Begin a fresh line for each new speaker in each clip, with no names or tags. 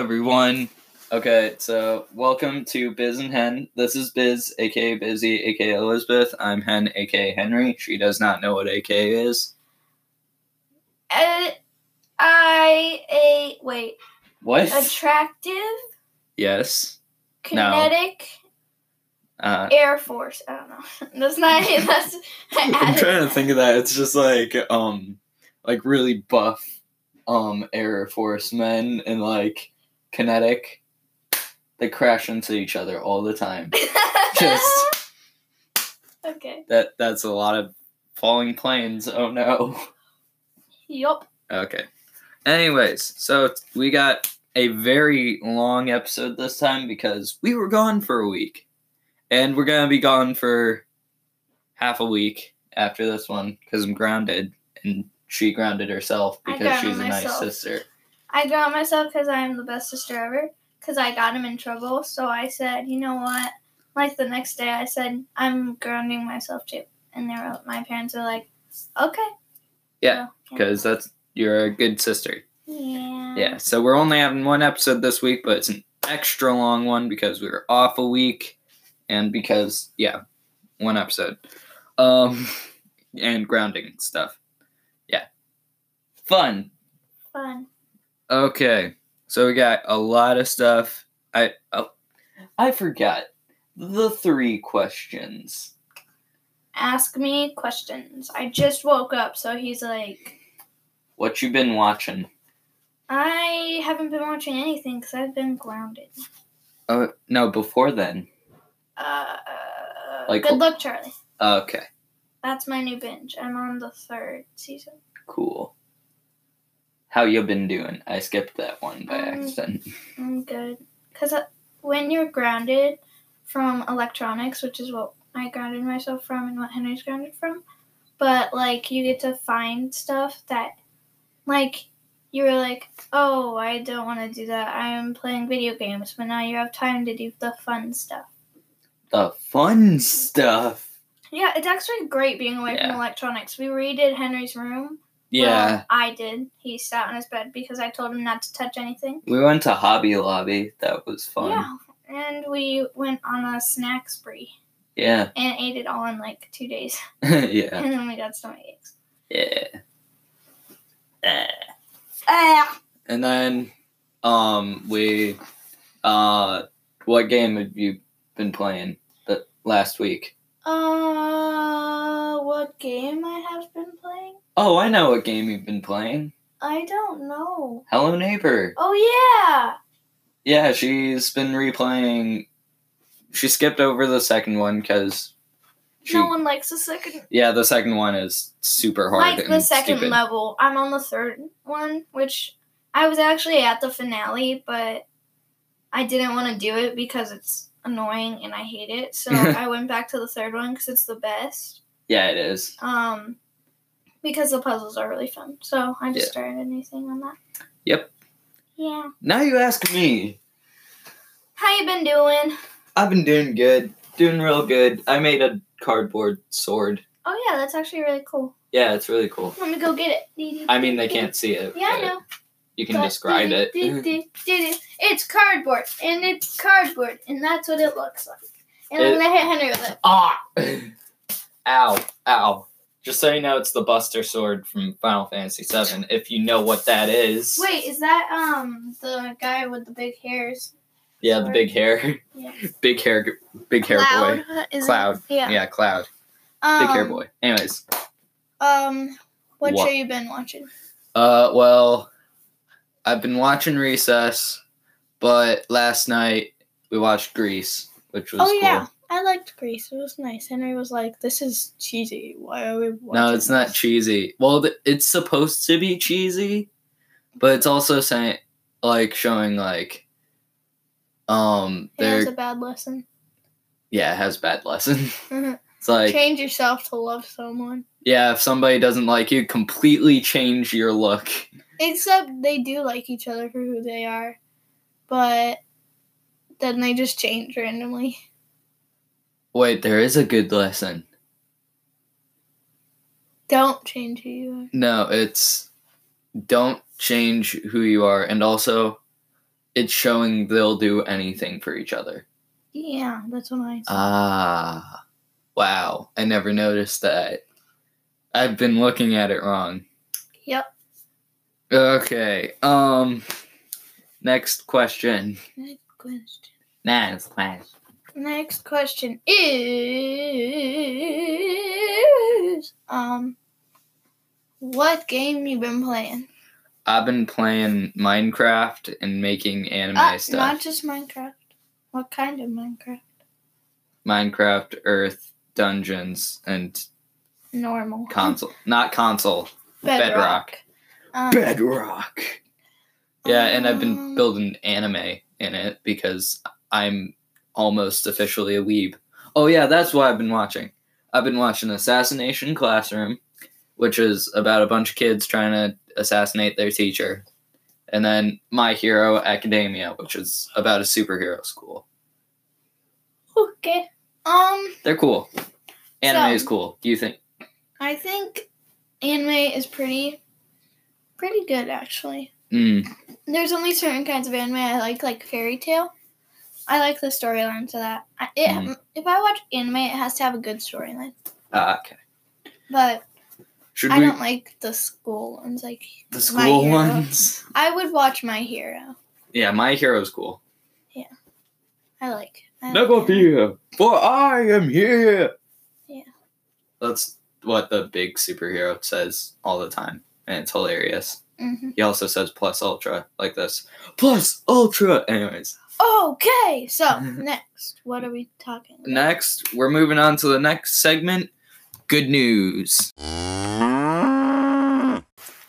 one. Okay, so welcome to Biz and Hen. This is Biz, aka Busy, aka Elizabeth. I'm Hen, aka Henry. She does not know what AK is.
A- I a wait
What?
attractive
Yes.
kinetic
Uh,
air force. I don't know. That's not. That's
I'm trying to think of that. It's just like um, like really buff, um, Air Force men and like kinetic. They crash into each other all the time. Just-
okay.
That that's a lot of falling planes. Oh no.
Yup.
Okay. Anyways, so t- we got a very long episode this time because we were gone for a week. And we're going to be gone for half a week after this one because I'm grounded and she grounded herself
I
because she's
grounded
a nice
myself.
sister.
I got myself because I am the best sister ever. Because I got him in trouble, so I said, you know what? Like the next day, I said I'm grounding myself too, and they were my parents were like, okay.
Yeah,
So, yeah.
Because that's you're a good sister.
Yeah.
Yeah, so we're only having one episode this week, but it's an extra long one because we were off a week and because, yeah, one episode. Um, and grounding stuff. Yeah. Fun.
Fun.
Okay. So we got a lot of stuff. I oh, I forgot the three questions.
Ask me questions. I just woke up, so he's like,
What you been watching?
I haven't been watching anything because I've been grounded.
Oh, no, before then.
Uh,
Like-
good luck, Charlie.
Okay.
That's my new binge. I'm on the third season.
Cool. How you been doing? I skipped that one by
Um,
accident.
I'm good. Because when you're grounded from electronics, which is what I grounded myself from and what Henry's grounded from, but like you get to find stuff that, like, you were like, oh, I don't want to do that. I'm playing video games, but now you have time to do the fun stuff.
the fun stuff.
Yeah, it's actually great being away
Yeah.
from electronics. We redid Henry's room.
Yeah,
Well, I did. He sat on his bed because I told him not to touch anything.
we went to Hobby Lobby. That was fun.
Yeah. And we went on a snack spree
Yeah,
and ate it all in like two days.
yeah, yeah.
And then we got stomach aches. Uh.
Eh.
Ah,
And then, um, we, uh, what game have you been playing the last week?
uh, what game I have been playing?
Oh, I know what game you've been playing.
I don't know.
Hello Neighbor.
Oh yeah,
Yeah, she's been replaying. She skipped over the second one because she.
no one likes the second.
yeah, the second one is super hard.
Like the
and
second
stupid.
level. I'm on the third one, which I was actually at the finale, but I didn't want to do it because it's annoying and I hate it. So I went back to the third one because it's the best.
Yeah, it is.
um, because the puzzles are really fun. So I just
Yeah.
started a new thing on that.
Yep.
Yeah.
Now you ask me.
How you been doing?
I've been doing good. Doing real good. I made a cardboard sword.
Oh yeah, that's actually really cool.
Yeah, it's really cool.
Let me go get it. Dee dee
I mean,
dee
they
dee.
can't see it.
Yeah, I
but
know.
You can
but
describe
dee
it.
dee dee dee dee. It's cardboard, and it's cardboard, and that's what it looks like. And I'm
It-
gonna hit Henry with it.
ah! ow, ow. Just so you know, it's the Buster Sword from Final Fantasy VII, if you know what that is.
Wait, is that um the guy with the big hairs?
yeah, the
sword.
big hair.
Yeah.
big hair, big hair boy.
Cloud, is it?
Cloud.
Yeah.
Cloud.
Um,
Big hair boy. Anyways.
Um, what,
What?
show you been watching?
Uh, well, I've been watching Recess, but last night we watched Grease, which was
Oh
cool.
yeah, I liked Grease. It was nice. Henry was like, "This is cheesy. Why are we?" Watching
No, it's not
this?"
cheesy. Well, th- it's supposed to be cheesy, but it's also saying like showing like um
Yeah,
there
it's a bad lesson.
yeah, it has bad lesson. it's like
Change yourself to love someone.
yeah, if somebody doesn't like you, completely change your look.
Except they do like each other for who they are, but then they just change randomly.
Wait, there is a good lesson.
Don't change who you
No, it's don't change who you are and also it's showing they'll do anything for each other.
Yeah, that's what I
Uh.
said.
Ah, wow. I never noticed that. I've been looking at it wrong.
Yep.
Okay. Um. Next question.
Next question.
Next question.
Next question is um what game you been playing?
I've been playing Minecraft and making anime
Uh,
stuff.
not just Minecraft. What kind of Minecraft?
Minecraft, Earth, Dungeons, and
Normal.
console. not console. Bedrock.
Um,
Bedrock. Yeah, and I've been
um,
building anime in it because I'm almost officially a weeb. Oh yeah, that's why I've been watching. I've been watching Assassination Classroom, which is about a bunch of kids trying to assassinate their teacher. And then My Hero Academia, which is about a superhero school.
Okay. Um,
They're cool. Anime
So-
is cool. Do you think?
I think anime is pretty, pretty good actually.
Mm,
There's only certain kinds of anime I like, like fairy tale. I like the storyline to that. I, it,
Mhm.
If I watch anime, it has to have a good storyline.
ah, okay.
But
Should
I
we
don't like the school ones. Like
the
My
school
Hero.
ones?
I would watch My Hero.
Yeah, My Hero's cool.
I like. it. I
Never
like it.
fear, for I am here.
Yeah.
That's what the big superhero says all the time, and it's hilarious.
Mhm.
He also says plus ultra like this. Plus ultra. Anyways,
Okay, so next, what are we talking? about?
next we're moving on to the next segment. Good news.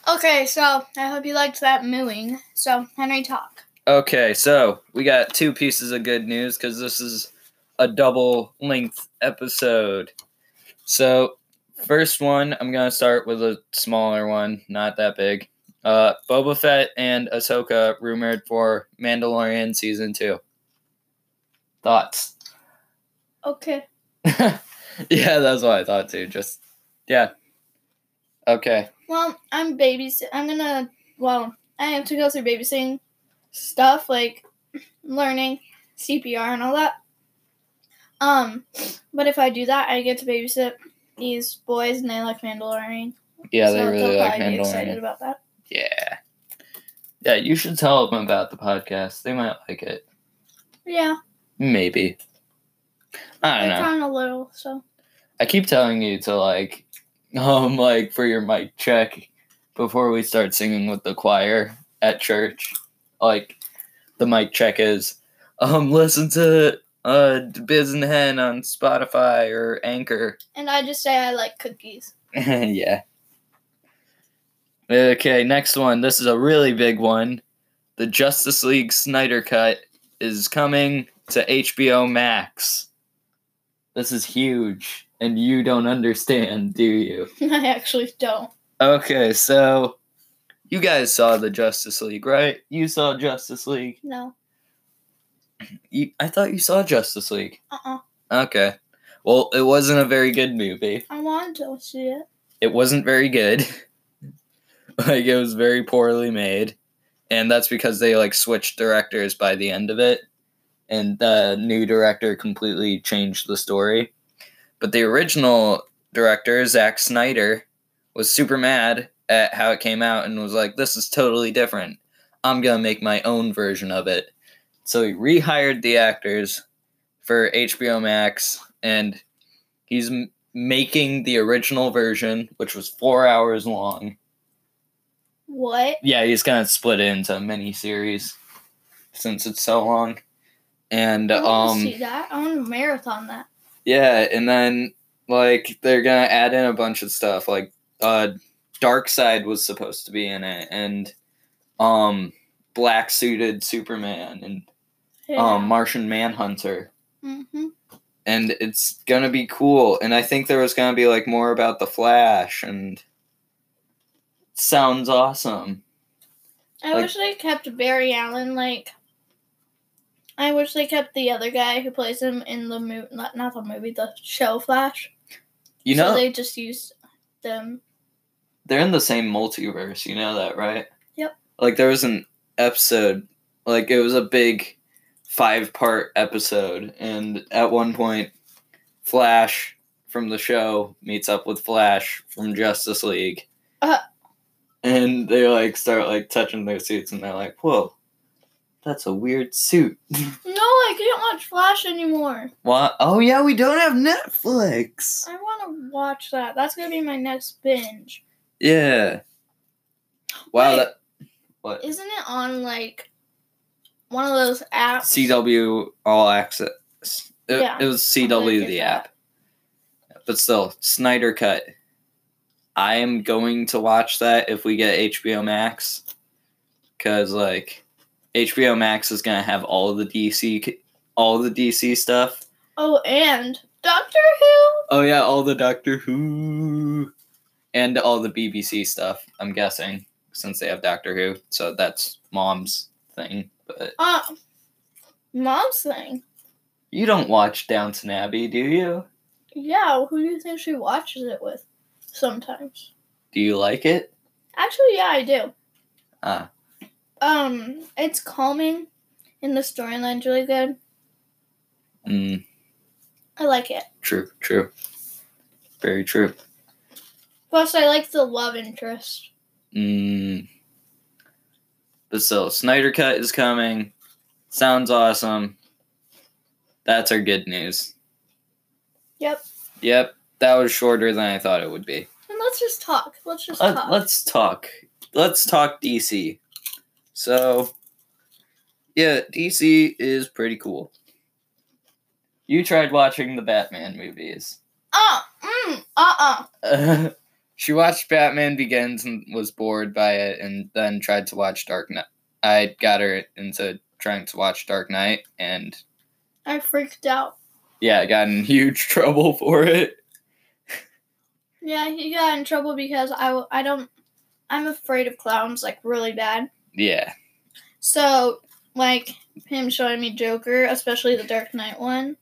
Okay, so I hope you liked that mooing. So Henry, talk.
Okay, so we got two pieces of good news because this is a double length episode. So, first one, I'm going to start with a smaller one, not that big. Uh, Boba Fett and Ahsoka rumored for Mandalorian season two. Thoughts?
Okay.
yeah, that's what I thought too. Just, yeah. Okay.
Well, I'm babysitting. I'm gonna. Well, I have to go through babysitting stuff like learning CPR and all that. Um, but if I do that, I get to babysit these boys, and they like Mandalorian.
Yeah, they
so
really
they'll
like
probably be excited
Mandalorian.
about that.
Yeah. Yeah, you should tell them about the podcast. They might like it.
Yeah,
Maybe. I don't
they're
know.
trying a little. So
I keep telling you to like um like for your mic check before we start singing with the choir at church. Like the mic check is um listen to uh Biz and Hen on Spotify or Anchor.
and I just say I like cookies.
yeah. Okay, next one. This is a really big one. The Justice League Snyder Cut is coming to HBO Max. This is huge, and you don't understand, do you?
I actually don't.
Okay, so you guys saw the Justice League, right? You saw Justice League.
No.
You, I thought you saw Justice League.
Uh. uh
Okay. Well, it wasn't a very good movie.
I want to see it.
it wasn't very good. like it was very poorly made, and that's because they like switched directors by the end of it, and the new director completely changed the story. But the original director, Zack Snyder, was super mad at how it came out and was like, "This is totally different. I'm gonna make my own version of it." So he rehired the actors for HBO Max, and he's m- making the original version, which was four hours long.
What?
Yeah, he's gonna split it into mini series since it's so long. And
I want to
um
Oh, see that. I want to marathon that.
yeah, and then like they're gonna add in a bunch of stuff. Like uh Dark Side was supposed to be in it and um black suited Superman and um Martian Manhunter.
hmm
and it's gonna be cool. And I think there was gonna be like more about the Flash, and sounds awesome.
I
like-
wish they kept Barry Allen. Like, I wish they kept the other guy who plays him in the movie. Not, not the movie, the show Flash.
You
so
know,
they just used them.
they- are in the same multiverse. You know that, right?
Yep.
Like there was an episode Like it was a big five part episode, and at one point, Flash from the show meets up with Flash from Justice League,
Uh.
and they like start like touching their suits, and they're like, "Whoa, that's a weird suit."
No, I can't watch Flash anymore.
What? Oh yeah, we don't have Netflix.
I want to watch that. That's gonna be my next binge.
Yeah. Wow,
Wait.
that what
Isn't it on like one of those apps?
CW All Access. It,
Yeah.
it was CW
Like,
the
is
app, but still Snyder Cut. I am going to watch that if we get HBO Max, because like HBO Max is gonna have all of the DC, c- all the DC stuff.
Oh, and Doctor Who.
Oh yeah, all the Doctor Who, and all the BBC stuff. I'm guessing since they have Doctor Who, so that's mom's thing. But
Uh, mom's thing.
you don't watch Downton Abbey, do you?
Yeah, who do you think she watches it with? Sometimes.
Do you like it?
Actually, yeah, I do.
Ah,
Um, it's calming, and the storyline's really good.
mm,
I like it.
true, true, very true.
Plus, I like the love interest.
Mm. But still, Snyder Cut is coming. Sounds awesome. That's our good news.
Yep.
Yep, that was shorter than I thought it would be.
And let's just talk. Let's just
Let,
talk.
Let's talk. Let's talk DC. So, yeah, DC is pretty cool. You tried watching the Batman movies.
Uh, mm, uh, uh.
she watched Batman Begins and was bored by it, and then tried to watch Dark Knight. I got her into trying to watch Dark Knight, and
I freaked out.
yeah, I got in huge trouble for it.
Yeah, he got in trouble because I, w- I don't, I'm afraid of clowns, like, really bad.
Yeah,
So, like, him showing me Joker, especially the Dark Knight one.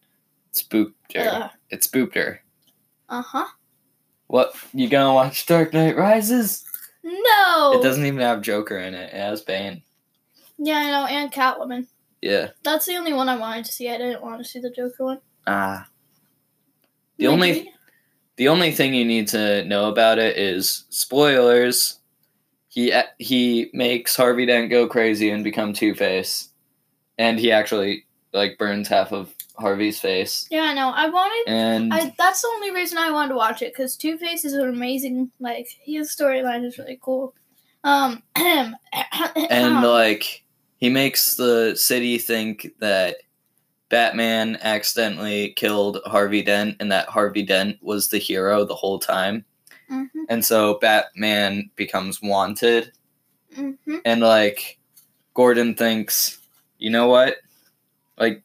spooked her. It spooked her.
Uh huh.
What you gonna watch Dark Knight Rises?
No!
It doesn't even have Joker in it. It has Bane.
Yeah, I know, and Catwoman.
Yeah.
That's the only one I wanted to see. I didn't want to see the Joker one.
Ah. The only-
Maybe.
The only thing you need to know about it is spoilers. He he makes Harvey Dent go crazy and become Two Face, and he actually like burns half of Harvey's face.
Yeah, I know. I wanted.
And
I, that's the only reason I wanted to watch it because Two Face is an amazing. Like his storyline is really cool. Um, and
and like he makes the city think that Batman accidentally killed Harvey Dent, and that Harvey Dent was the hero the whole time.
hmm
And so Batman becomes wanted,
hmm
and like Gordon thinks, you know what? Like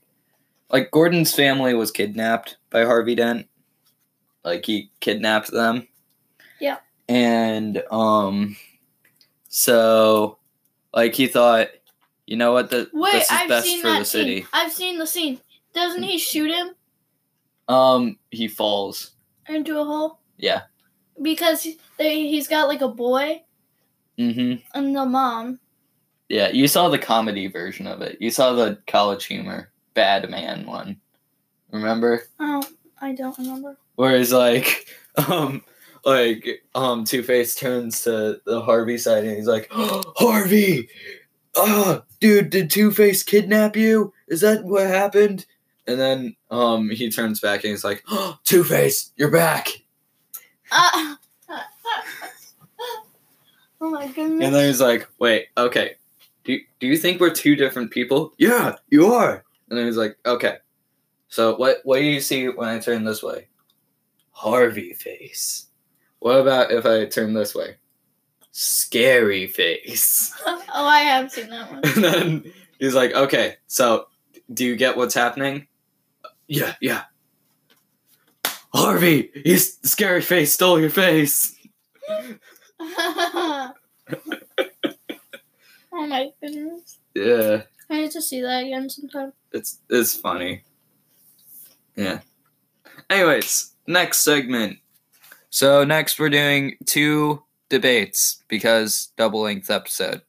like Gordon's family was kidnapped by Harvey Dent. Like he kidnapped them.
Yeah.
And um so like he thought, you know what the
Wait,
this is
I've
best
seen
for
that
the city.
scene. I've seen the scene. Doesn't he shoot him
Um he falls.
into a hole
Yeah.
because they, he's got like a boy
Mhm.
and the mom?
Yeah, you saw the comedy version of it. You saw the college humor bad man one. Remember?
Oh, I don't remember.
Whereas like um like um Two Face turns to the Harvey side and he's like, Harvey, ah, dude, did Two Face kidnap you? Is that what happened? And then um he turns back and he's like, oh, Two Face, you're back.
Uh, oh my goodness.
And then he's like, Wait, okay, do do you think we're two different people? Yeah, you are. And then he's like, Okay, so what what do you see when I turn this way? Harvey face. What about if I turn this way? Scary face.
oh, I have seen that one.
And then he's like, Okay, so do you get what's happening? Yeah, yeah. Harvey, his scary face stole your face.
oh my goodness.
Yeah.
I need to see that again sometime.
It's it's funny. Yeah. Anyways, next segment. So next we're doing two debates because double length episode.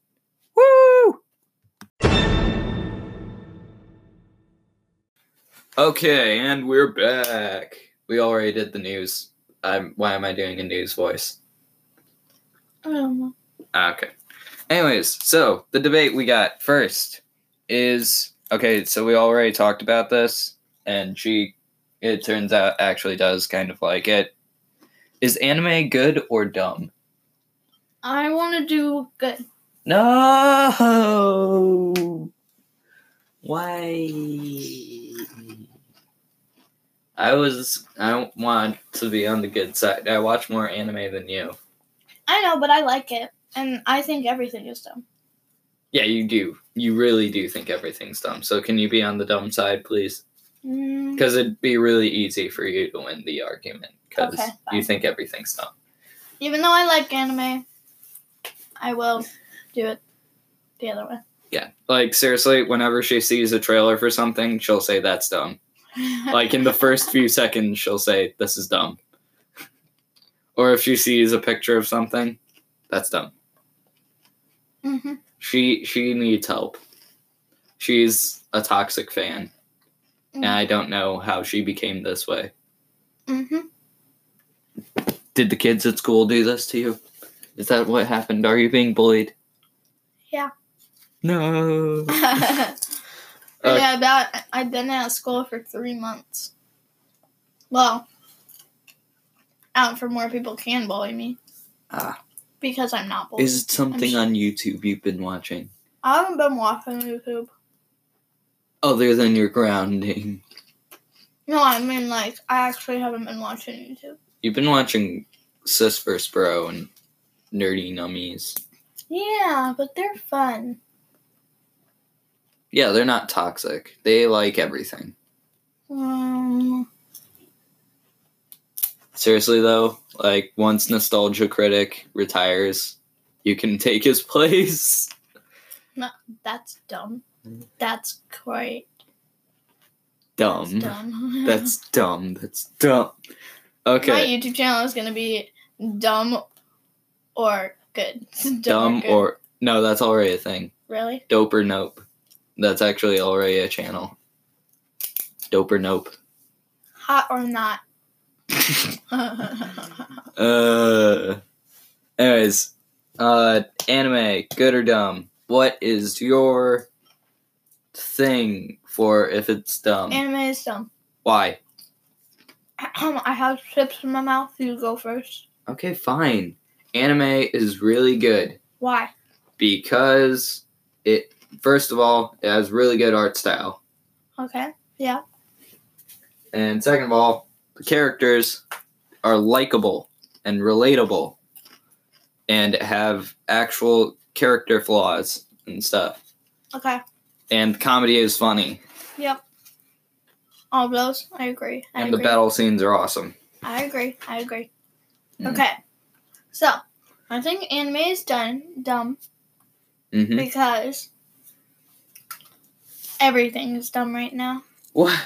Woo! Okay, and we're back. We already did the news. I'm, why am I doing a news voice?
Um,
Ah, Okay. Anyways, so the debate we got first is okay, so we already talked about this, and she, it turns out, actually does kind of like it. Is anime good or dumb?
I want to do good.
No! Why? I was. I don't want to be on the good side. I watch more anime than you.
I know, but I like it, and I think everything is dumb.
Yeah, you do. You really do think everything's dumb. So can you be on the dumb side, please?
Mm,
Because it'd be really easy for you to win the argument. Because
Okay,
you
fine.
think everything's dumb.
even though I like anime, I will do it the other way.
Yeah. Like, seriously, whenever she sees a trailer for something, she'll say that's dumb. Like, in the first few seconds, she'll say, this is dumb. Or if she sees a picture of something, that's dumb.
hmm
She she needs help. She's a toxic fan.
Mm-hmm.
And I don't know how she became this way.
hmm
Did the kids at school do this to you? Is that what happened? Are you being bullied?
Yeah.
No. Uh,
yeah, about I've been out of school for three months. Well, out from where people can bully me.
Ah.
Because I'm not bullied.
Is it something on YouTube you've been watching
I haven't been watching YouTube.
other than your grounding?
No, I mean like I actually haven't been watching YouTube.
You've been watching Sis vs. Bro and Nerdy Nummies.
Yeah, but they're fun.
Yeah, they're not toxic. They like everything.
Um,
Seriously though, like once Nostalgia Critic retires, you can take his place.
that's dumb.
Mm.
That's great. That's
Dumb.
dumb.
That's dumb. That's dumb.
my
Okay.
YouTube channel is gonna be dumb or good.
Dumb
good.
or no, that's already a thing.
really?
Dope or nope. That's actually already a channel. Dope or nope.
Hot or not?
Uh. Anyways, uh, anime, good or dumb? What is your thing for if it's dumb?
Anime is dumb. Um,
Why?
I have chips in my mouth. You go first.
Okay, fine. Anime is really good
Why?
because it, first of all, it has really good art style.
Okay.
And second of all, the characters are likable and relatable and have actual character flaws and stuff.
Okay.
And comedy is funny.
Yep. All those. I agree. I
and
agree.
the battle scenes are awesome.
I agree. I agree.
Mm.
Okay. So, I think anime is done dumb
hmm
because everything is dumb right now.
What?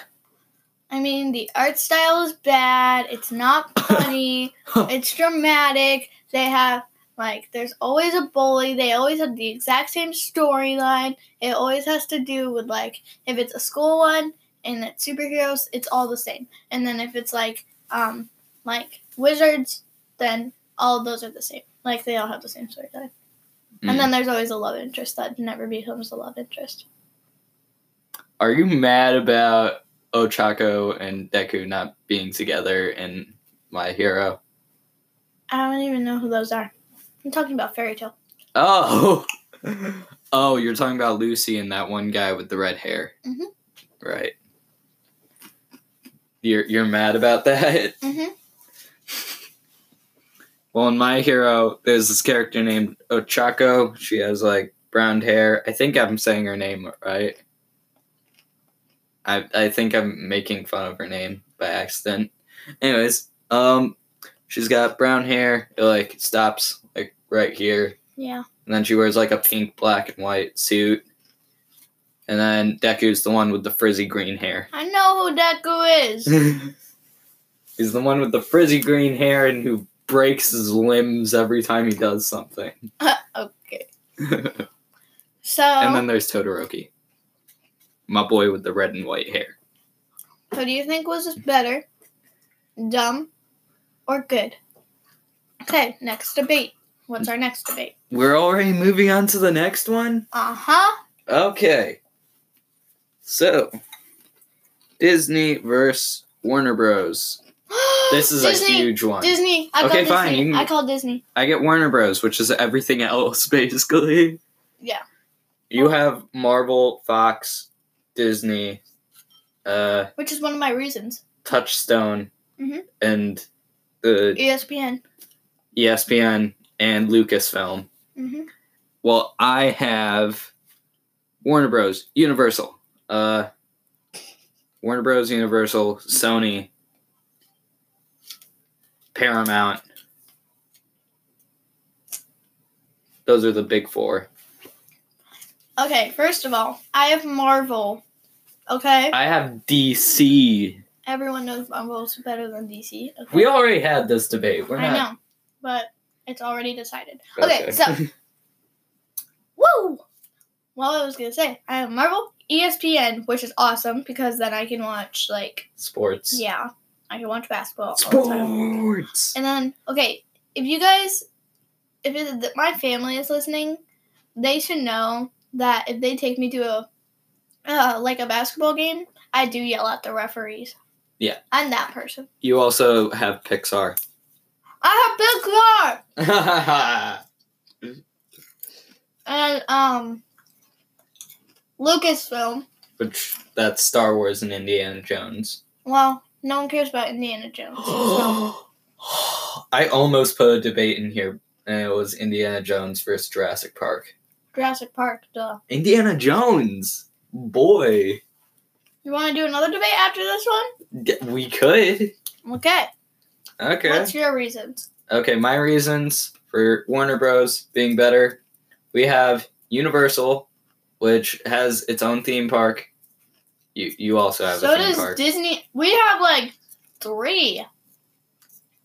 I mean, the art style is bad. It's not funny. it's dramatic. They have like there's always a bully. They always have the exact same storyline. It always has to do with like if it's a school one and it's superheroes, it's all the same. And then if it's like um like wizards, then all of those are the same. Like they all have the same storyline.
Mm.
And then there's always a love interest that never becomes a love interest.
Are you mad about Ochako and Deku not being together in My Hero?
I don't even know who those are. I'm talking about fairy tale.
Oh! oh, you're talking about Lucy and that one guy with the red hair.
Mhm.
Right. You're, you're mad about that?
Mm-hmm.
Well, in My Hero, there's this character named Ochako. She has like brown hair. I think I'm saying her name right. I I think I'm making fun of her name by accident. Anyways, um, she's got brown hair. It like stops like right here,
Yeah.
and then she wears like a pink, black, and white suit. And then Deku's the one with the frizzy green hair.
I know who Deku is.
He's the one with the frizzy green hair and who breaks his limbs every time he does something.
okay.
and
So
then there's Todoroki, my boy with the red and white hair.
Who do you think was better, dumb or good? Okay, next debate. What's our next debate?
We're already moving on to the next one?
Uh huh.
Okay. So, Disney versus Warner Bros. This is
Disney.
a huge one.
Disney. I
Okay,
call
fine,
Disney.
you can-
I call Disney.
I get Warner Bros, which is everything else, basically.
Yeah.
You have Marvel, Fox, Disney, uh,
Which is one of my reasons.
Touchstone,
Mhm.
and E uh,
E ESPN.
ESPN and Lucasfilm.
hmm
Well, I have Warner Bros, Universal, uh, Warner Bros, Universal, Sony, Paramount. Those are the big four.
Okay, first of all, I have Marvel. Okay?
I have DC.
Everyone knows Marvel's better than DC. Okay?
We already had this debate. We're
I
not.
know, but it's already decided. Okay,
Okay.
so. Woo! Well, I was gonna say, I have Marvel, E ESPN, which is awesome because then I can watch, like,
Sports.
yeah, I can watch basketball. All the time.
Sports.
And then, okay, if you guys, if it, th- my family is listening, they should know that if they take me to a, uh, like a basketball game, I do yell at the referees.
Yeah.
I'm that person.
You also have Pixar.
I have Big Car!
Lucasfilm.
And, um, Lucasfilm.
Which that's Star Wars and Indiana Jones.
Well, no one cares about Indiana Jones. so-
I almost put a debate in here, and it was Indiana Jones versus Jurassic Park.
Jurassic Park, duh.
Indiana Jones, boy,
You want to do another debate after this one?
D- we could.
Okay.
Okay.
What's your reasons?
Okay, my reasons for Warner Bros. being better. We have Universal, which has its own theme park. You you also have
So
a theme
does
park.
Disney. We have like three.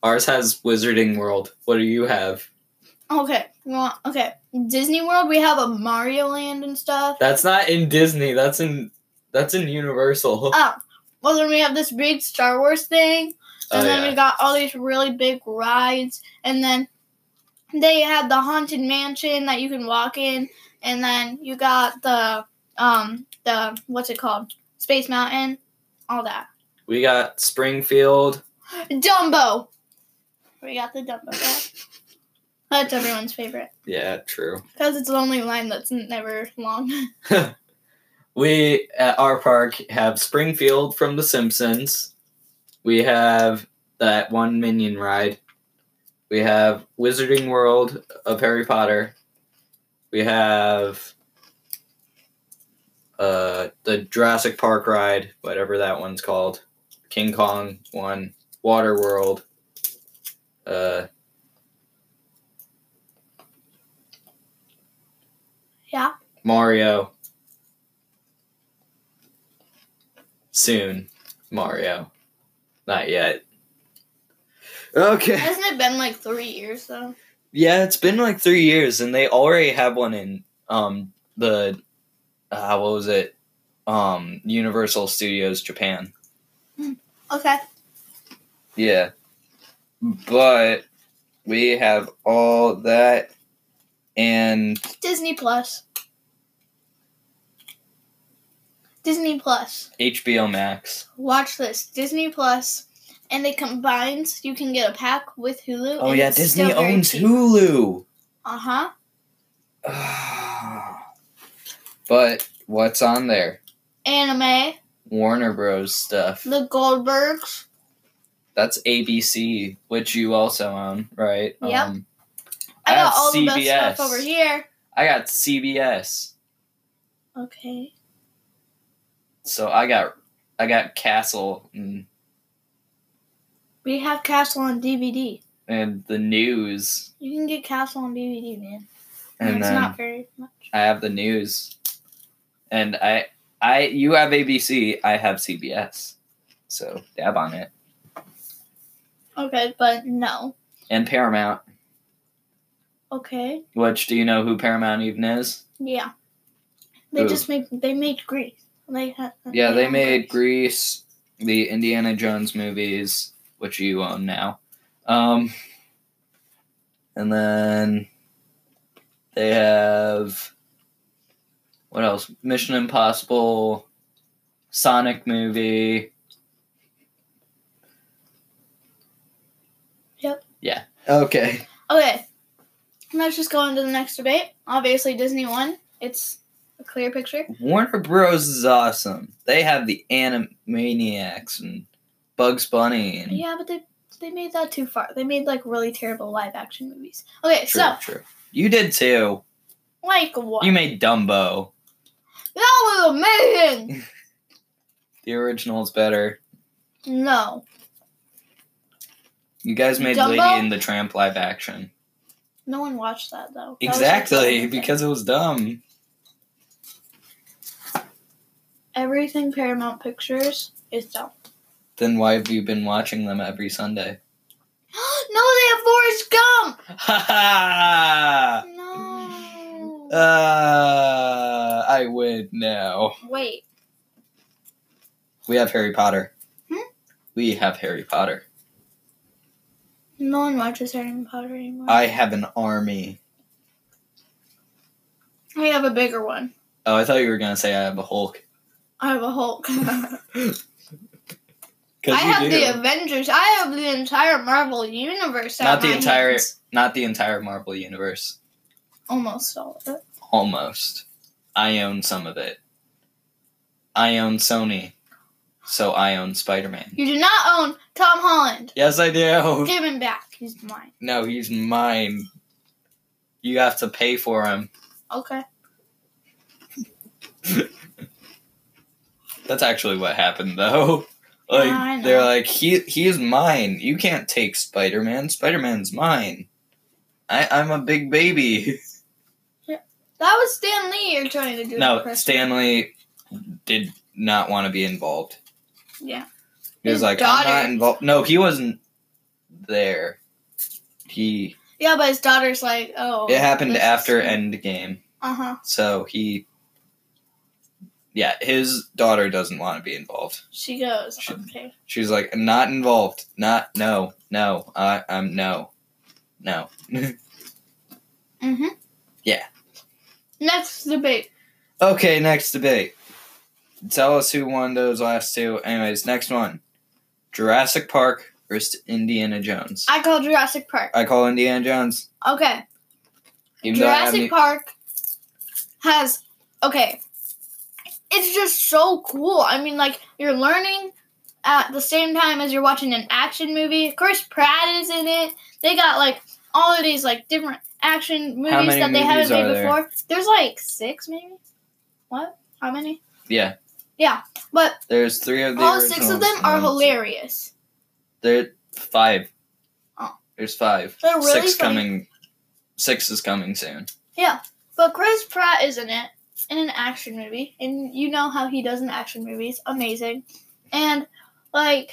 Ours has Wizarding World. What do you have?
Okay. Well, okay. Disney World, we have a Mario Land and stuff.
That's not in Disney. That's in that's in Universal.
Oh. Well, then we have this big Star Wars thing.
Oh,
And then
yeah.
we got all these really big rides. And then they had the Haunted Mansion that you can walk in. And then you got the, um, the, what's it called? Space Mountain. All that.
We got Springfield.
Dumbo. We got the Dumbo guy. That's everyone's favorite.
Yeah, true.
Because it's the only line that's never long.
We at our park have Springfield from The Simpsons. We have that one Minion ride. We have Wizarding World of Harry Potter. We have uh, the Jurassic Park ride, whatever that one's called. King Kong one, Water World. Uh,
Yeah.
Mario. Soon, Mario. Not yet. Okay.
Hasn't it been like three years though?
Yeah, it's been like three years, and they already have one in um the uh, what was it um Universal Studios Japan.
Okay.
Yeah, but we have all that, and
Disney Plus. Disney Plus.
HBO Max.
Watch this. Disney Plus, and it combines. You can get a pack with Hulu.
Oh yeah, Disney owns Hulu.
Uh huh.
but what's on there?
Anime.
Warner Bros. stuff.
The Goldbergs.
That's ABC, which you also own, right?
Yep.
Um,
I,
I
got
have
all the best
CBS.
stuff over here.
I got CBS.
Okay.
So I got I got Castle and,
We have Castle on DVD.
and the news,
You can get Castle on DVD, man. And
and
it's
then
not very much.
I have the news, and I I you have ABC, I have CBS, so dab on it,
Okay, but no.
and Paramount.
Okay.
Which do you know who Paramount even is?
Yeah. They
Who?
just make they made Greece. They ha-
Yeah, they
own
made
Grease.
Grease, the Indiana Jones movies, which you own now. Um, and then they have what else? Mission Impossible, Sonic movie.
Yep.
Yeah. Okay.
Okay. Let's just go on to the next debate. Obviously, Disney won. It's a clear picture.
Warner Bros is awesome. They have the Animaniacs and Bugs Bunny and
Yeah, but they they made that too far. They made like really terrible live action movies. Okay,
True,
so
true. You did too.
like what?
You made Dumbo.
that was amazing.
The original's better.
no,
You guys made
Dumbo?
Lady and the Tramp live action.
no one watched that though. That was, like,
Exactly,
something.
because it was dumb.
everything Paramount Pictures is dumb.
Then why have you been watching them every Sunday?
no, they have Forrest Gump.
Ha ha!
No.
Uh, I win now.
Wait.
We have Harry Potter.
Hmm?
We have Harry Potter.
No one watches Harry Potter anymore.
I have an army.
I have a bigger one.
Oh, I thought you were gonna say I have a Hulk.
I have a Hulk. I
'Cause you
have
do.
the Avengers. I have the entire Marvel universe. at
Not the
my
entire-
hands.
Not the entire Marvel universe.
Almost all of it.
Almost. I own some of it. I own Sony, so I own Spider Man.
You do not own Tom Holland.
Yes, I do.
Give him back. He's mine.
No, he's mine. You have to pay for him.
Okay.
That's actually what happened, though. Like
I know.
they're like he he is mine. You can't take Spider Man. Spider Man's mine. I I'm a big baby.
That was Stan Lee you're trying to do. that
No,
for.
Stanley did not want to be involved.
Yeah.
He was
His
like,
daughter-
I'm not involved. No, he wasn't there. He
Yeah, but his daughter's like, oh.
it happened after Endgame,
Uh huh.
so he. Yeah, his daughter doesn't want to be involved.
She goes,
She-
okay.
She's like, not involved. Not no, no. I I'm no, no.
Mm hmm.
Yeah.
Next debate.
Okay, next debate. Tell us who won those last two. Anyways, next one: Jurassic Park versus Indiana Jones.
I call Jurassic Park.
I call Indiana Jones.
Okay.
Even though I
Jurassic
haven't e-
Park has okay. It's just so cool. I mean, like you're learning at the same time as you're watching an action movie. Chris Pratt is in it. They got like all of these like different action movies
How many
that they
movies
haven't made
are there?
before. There's like six, maybe. What? How many?
Yeah.
Yeah, but
There's three of the
all six of
originals
them
and
are
one-
hilarious.
There five.
Oh.
There's five.
They're really
six
funny.
coming. Six is coming soon.
But Chris Pratt is in it in an action movie, and you know how he does in action movies. Amazing. And like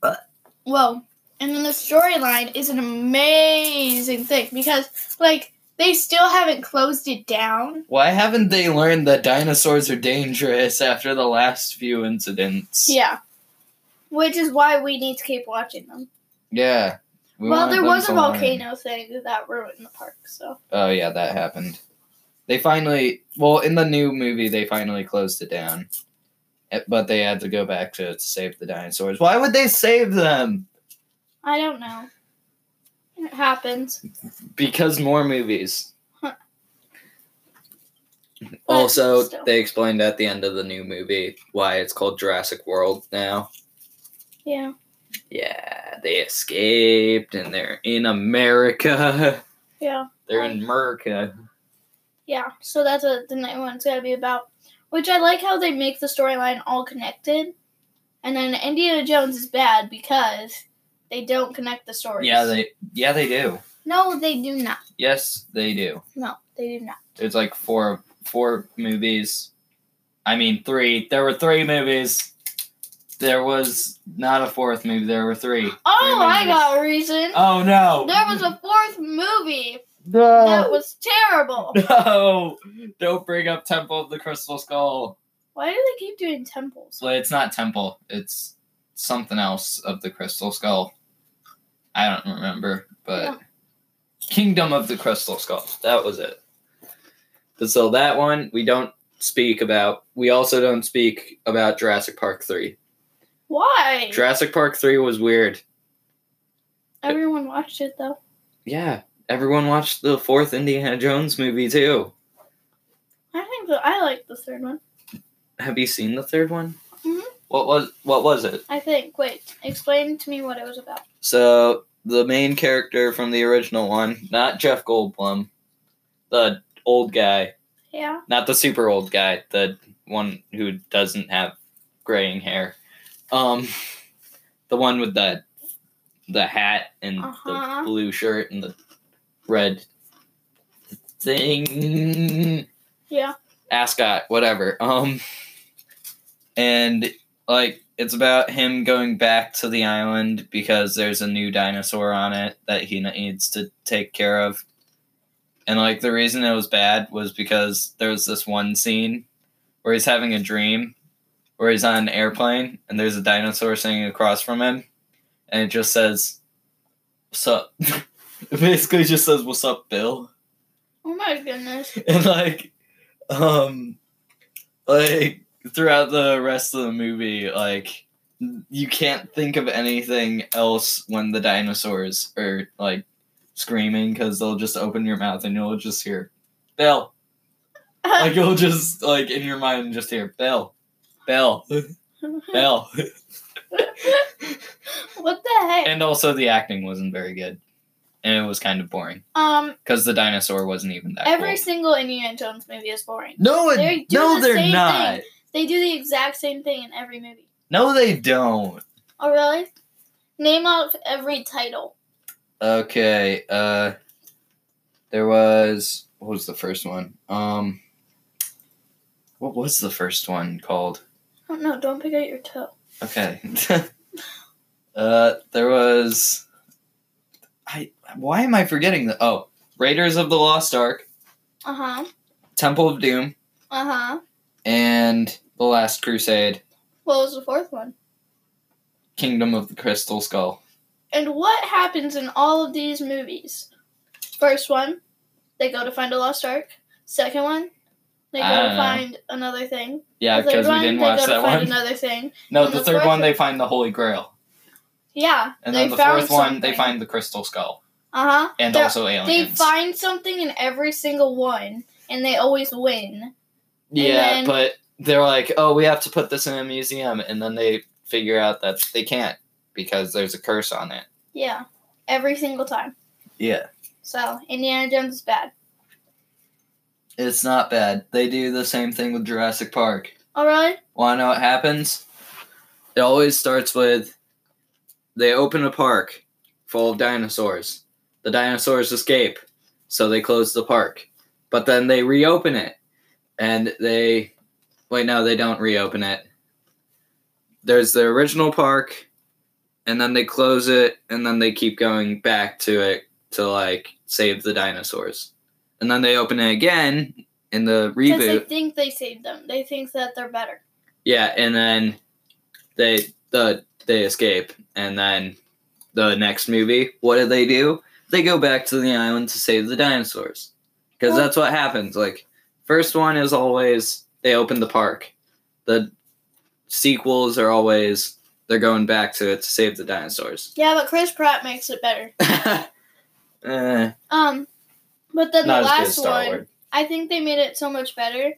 But-
Whoa. And then the storyline is an amazing thing because like they still haven't closed it down.
Why haven't they learned that dinosaurs are dangerous after the last few incidents?
Yeah. Which is why we need to keep watching them.
Yeah. We
well,
wanted
there
them
was a
to learn.
volcano thing that ruined the park, so
Oh yeah, that happened. They finally, well, in the new movie, they finally closed it down, Eh, but they had to go back to, to save the dinosaurs. Why would they save them?
I don't know. It happens.
Because more movies.
Huh.
Also,
still.
they explained at the end of the new movie why it's called Jurassic World now.
Yeah.
Yeah, they escaped and they're in America.
Yeah.
They're in America.
Yeah, so that's what the night one's gonna be about. Which I like how they make the storyline all connected. And then Indiana Jones is bad because they don't connect the stories.
Yeah, they yeah they do.
No, they do not.
Yes, they do.
No, they do not.
There's like four four movies. I mean three. There were three movies. There was not a fourth movie. There were three.
Oh,
Three
I
movies.
got a reason.
Oh no.
There was a fourth movie
no.
that was terrible.
No! Don't bring up Temple of the Crystal Skull.
Why do they keep doing temples?
Well, it's not temple. It's something else of the crystal skull. I don't remember, but
Yeah.
Kingdom of the Crystal Skull. That was it. But so that one we don't speak about. We also don't speak about Jurassic Park 3.
Why?
Jurassic Park 3 was weird.
Everyone watched it though.
Yeah, everyone watched the fourth Indiana Jones movie too.
I think that I like the third one.
Have you seen the third one?
Mhm.
What was what was it?
I think. Wait, explain to me what it was about.
So the main character from the original one, not Jeff Goldblum, the old guy,
Yeah.
not the super old guy, the one who doesn't have graying hair, um, the one with the the hat and
Uh-huh.
the blue shirt and the red thing
Yeah.
ascot, whatever. Um, and like it's about him going back to the island because there's a new dinosaur on it that he needs to take care of. And like the reason it was bad was because there was this one scene where he's having a dream where he's on an airplane and there's a dinosaur sitting across from him, and it just says, "What's up?" it basically just says, "What's up, Bill?"
Oh my goodness.
and like um like throughout the rest of the movie like you can't think of anything else when the dinosaurs are like screaming because they'll just open your mouth and you'll just hear bell like you'll just like in your mind just hear bell bell bell
what the heck?
and also the acting wasn't very good and it was kind of boring
Um,
because the dinosaur wasn't even that
every
cool.
single Indiana Jones movie is boring.
no it-
They do
no
the
they're
same
not
thing. They do the exact same thing in every movie.
no they don't
Oh really? Name off every title.
Okay, uh there was what was the first one? Um what was the first one called?
Oh no, don't pick out your toe.
Okay. uh there was I why am I forgetting the oh, Raiders of the Lost Ark,
Uh huh.
Temple of Doom,
Uh huh.
and The Last Crusade,
What was the fourth one?
Kingdom of the Crystal Skull.
And what happens in all of these movies? First one, they go to find a lost ark. Second one, they go
I don't
to
know.
find another thing.
Ah. Yeah,
The third
because we
one,
didn't
they go
watch
to
that
find
one.
another thing.
no,
and
the
the
third
fourth
one they
one-
find the Holy Grail.
Yeah,
And
they
then the
found
fourth one they
something.
find the Crystal Skull.
Uh huh.
And
They're-
also aliens.
They find something in every single one, and they always win.
Yeah,
then-
but they're like, oh, we have to put this in a museum, and then they figure out that they can't because there's a curse on it.
Yeah, every single time.
Yeah,
So Indiana Jones is bad.
it's not bad. They do the same thing with Jurassic Park.
Oh really?
Want to know what happens? It always starts with they open a park full of dinosaurs. The dinosaurs escape, so they close the park. But then they reopen it, and they wait. No, they don't reopen it. There's the original park, and then they close it, and then they keep going back to it to like save the dinosaurs, and then they open it again in the
Because they
reboot.
think they saved them. They think that they're better.
Yeah, and then they the they escape, and then the next movie, what do they do? They go back to the island to save the dinosaurs, because
Well-
that's what happens. Like first one is always they open the park. The sequels are always they're going back to it to save the dinosaurs.
Yeah, but Chris Pratt makes it better.
Eh,
Um, but then
not
the
as good as
last
Star
one,
Wars.
I think they made it so much better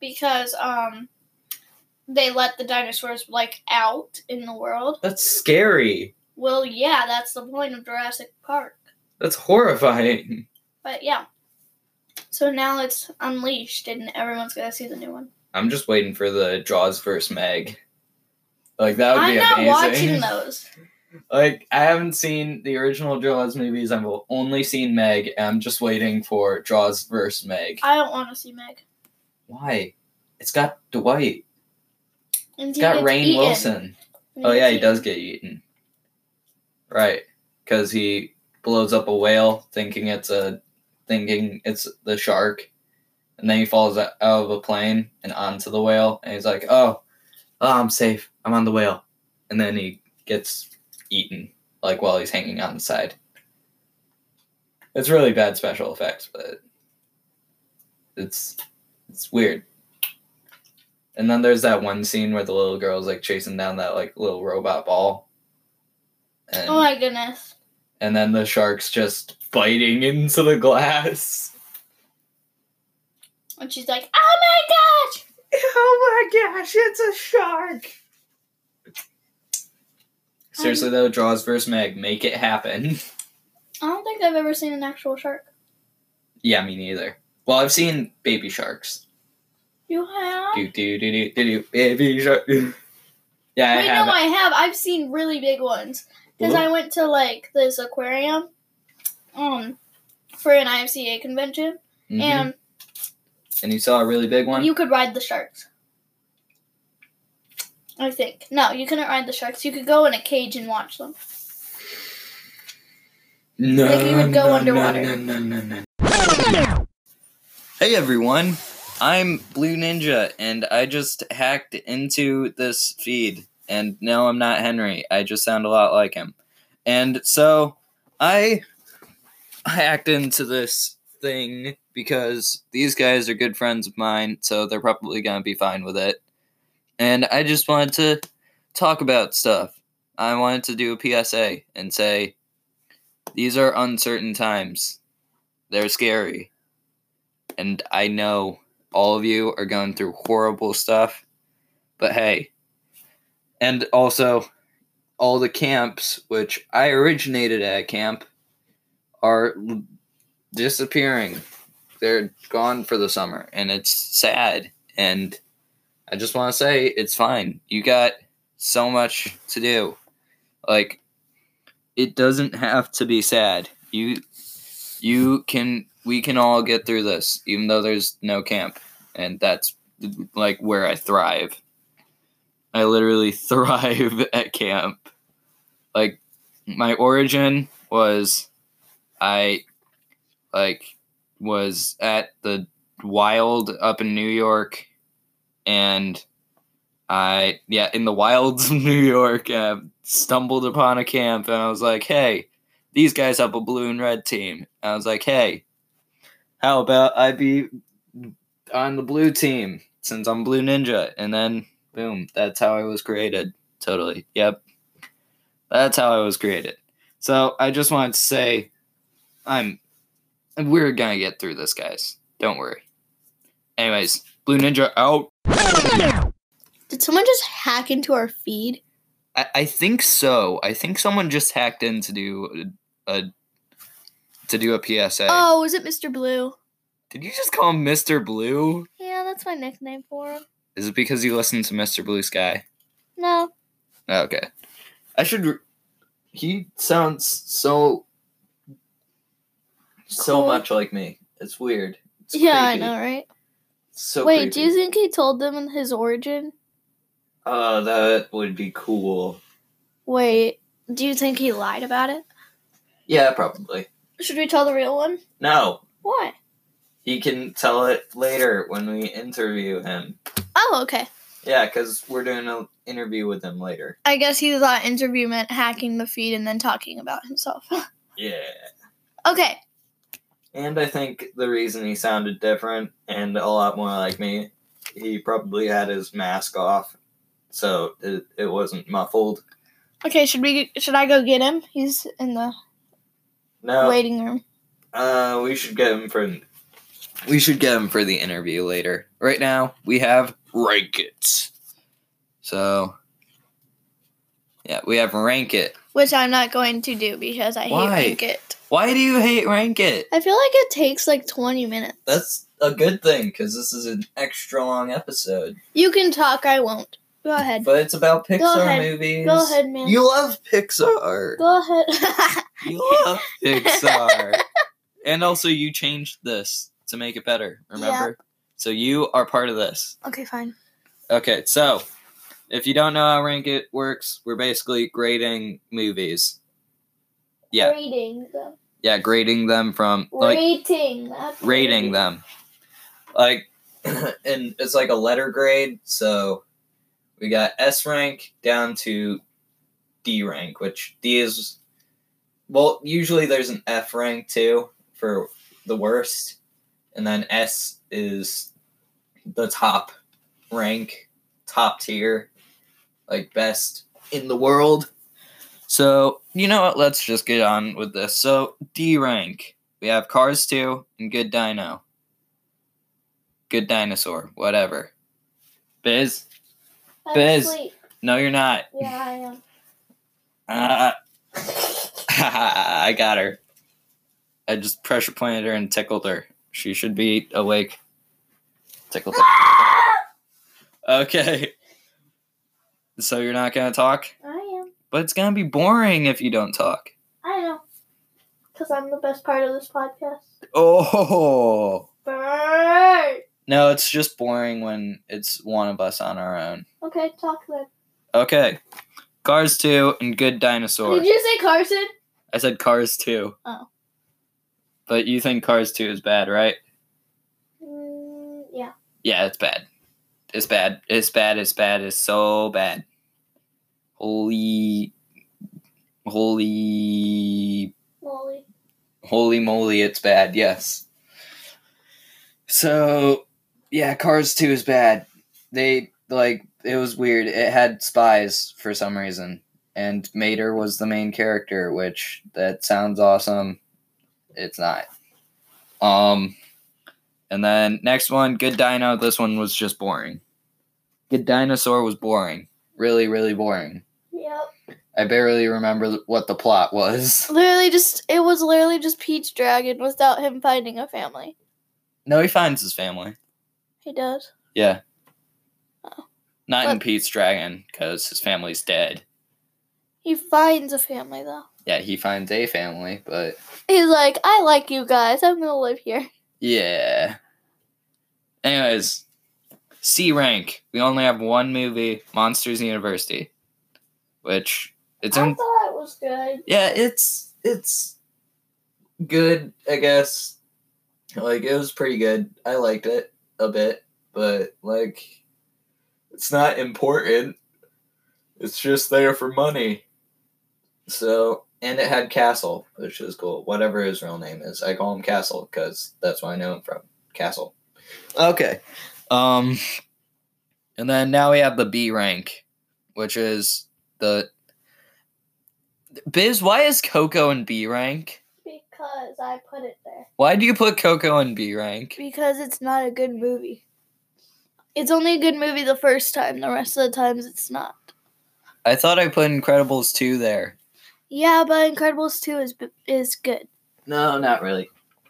because um, they let the dinosaurs like out in the world.
That's scary.
Well, yeah, that's the point of Jurassic Park.
That's horrifying.
But yeah, so now it's unleashed, and everyone's gonna see the new one.
I'm just waiting for the Jaws versus Meg. Like that would
I'm
be
not
amazing.
watching those.
Like I haven't seen the original Jaws movies. I've only seen Meg. And I'm just waiting for Jaws versus Meg.
I don't want to see Meg.
Why? It's got Dwight.
And
It's
he
got
gets
Rain
eaten.
Wilson.
And
Oh yeah, he
gets eaten.
does get eaten. Right, because he blows up a whale, thinking it's a, thinking it's the shark, and then he falls out of a plane and onto the whale, and he's like, "Oh, oh I'm safe. I'm on the whale," and then he gets eaten like while he's hanging on the side. It's really bad special effects, but it's it's weird. And then there's that one scene where the little girl's like chasing down that like little robot ball. And,
Oh my goodness.
and then the shark's just biting into the glass.
And she's like, oh my gosh!
Oh my gosh, it's a shark. Seriously though, Draws vs. Meg, make it happen.
I don't think I've ever seen an actual shark.
yeah, me neither. Well, I've seen baby sharks.
You have?
Do do do do do do baby shark. yeah, I
Wait,
have.
no, I have. I've seen really big ones. Because I went to like this aquarium um for an IFCA convention
Mhm.
and
And you saw a really big one.
you could ride the sharks. I think. No, you couldn't ride the sharks. You could go in a cage and watch them.
No,
Like, you would go underwater.
no, no, no. Hey everyone, I'm Blue Ninja, and I just hacked into this feed. And no, I'm not Henry. I just sound a lot like him. And so I hacked into this thing because these guys are good friends of mine, so they're probably gonna be fine with it. And I just wanted to talk about stuff. I wanted to do a PSA and say, these are uncertain times. They're scary. And I know all of you are going through horrible stuff, but hey. And also, all the camps, which I originated at camp, are l- disappearing. They're gone for the summer, and it's sad. And I just want to say it's fine. You got so much to do. Like, it doesn't have to be sad. You you can we can all get through this even though there's no camp and that's like where I thrive. I literally thrive at camp. Like my origin was I like was at the wild up in New York and I yeah, in the wilds of New York, uh, stumbled upon a camp and I was like, "Hey, these guys have a blue and red team." And I was like, "Hey, how about I be on the blue team since I'm blue ninja?" And then boom, that's how I was created. Totally. Yep. That's how I was created. So, I just wanted to say I'm we're going to get through this, guys. Don't worry. Anyways, blue ninja out.
Did someone just hack into our feed?
I, I think so. I think someone just hacked in to do a, a to do a PSA.
Oh, was it Mr. Blue?
Did you just call him Mr. Blue?
Yeah, that's my nickname for him.
Is it because you listened to Mr. Blue Sky? Oh,
No.
Okay. I should. re- He sounds so so
Cool.
much like me. It's weird. It's
yeah,
creepy.
I know, right?
It's so
Wait,
creepy.
do you think he told them his origin?
Oh, that would be cool.
Wait, do you think he lied about it?
Yeah, probably.
Should we tell the real one?
No,
Why?
he can tell it later when we interview him.
Oh, okay.
Yeah, because we're doing an interview with them later.
I guess he thought interview meant hacking the feed and then talking about himself.
Yeah.
okay.
And I think the reason he sounded different and a lot more like me, he probably had his mask off, so it, it wasn't muffled.
Okay, should we should I go get him? He's in the
No,
waiting room.
uh, we should get him for we should get him for the interview later. Right now, we have rank it. So, yeah, we have rank it.
Which I'm not going to do because I
Why?
hate Rankit.
Why do you hate rank it?
I feel like it takes like 20 minutes.
That's a good thing because this is an extra long episode.
you can talk, I won't. Go ahead.
But it's about Pixar
ahead.
movies.
Go ahead, man.
You love Pixar.
Go ahead.
You love Pixar. and also, you changed this to make it better, remember? So you are part of this.
okay, fine.
Okay, so if you don't know how Rank It works, we're basically grading movies. Yeah.
Rating them.
Yeah, grading them from, like,
rating. That's
rating them. Like, and it's like a letter grade. So we got S rank down to D rank, which D is, well, usually there's an F rank too for the worst. And then S is the top rank, top tier, like best in the world. So, you know what? Let's just get on with this. So, D rank. We have Cars 2 and Good Dino. Good Dinosaur, whatever. Biz?
I'm
Biz.
asleep.
No, you're not.
Yeah, I am.
Ah. I got her. I just pressure planted her and tickled her. She should be awake. Tickled her. Okay. So you're not gonna talk?
I am.
But it's gonna be boring if you don't talk.
I know. Because I'm the best part of this podcast.
Oh
Bird.
no, it's just boring when it's one of us on our own.
Okay, talk then.
Okay. Cars 2 and Good Dinosaur.
Did you say Carson?
I said Cars 2.
Oh.
But you think Cars 2 is bad, right?
Mm, yeah.
Yeah, it's bad. It's bad. It's bad. It's bad. It's so bad. Holy. Holy.
Molly.
Holy moly, it's bad. Yes. So, yeah, Cars 2 is bad. They, like, it was weird. It had spies for some reason. And Mater was the main character, which that sounds awesome. It's not. Um, and then next one, Good Dino. This one was just boring. Good Dinosaur was boring. Really, really boring.
Yep.
I barely remember what the plot was.
Literally just, it was literally just Peach Dragon without him finding a family.
No, he finds his family.
He does.
Yeah.
Oh.
Not in
But-
Pete's Dragon, because his family's dead.
He finds a family though.
Yeah, he finds a family, but
He's like, I like you guys. I'm gonna live here.
yeah. Anyways, C rank. We only have one movie, Monsters University, which
Oh.
it's in.
thought it was good.
Yeah, it's it's good, I guess. Like it was pretty good. I liked it a bit, but like it's not important. It's just there for money. So, and it had Castle, which is cool. Whatever his real name is. I call him Castle cuz that's where I know him from. Castle. Okay. Um and then now we have the B rank, which is the Biz, why is Coco in B rank?
Because I put it there.
Why do you put Coco in B rank?
Because it's not a good movie. It's only a good movie the first time. The rest of the times it's not.
I thought I put Incredibles 2 there.
Yeah, but Incredibles two is b- is good.
No, not really.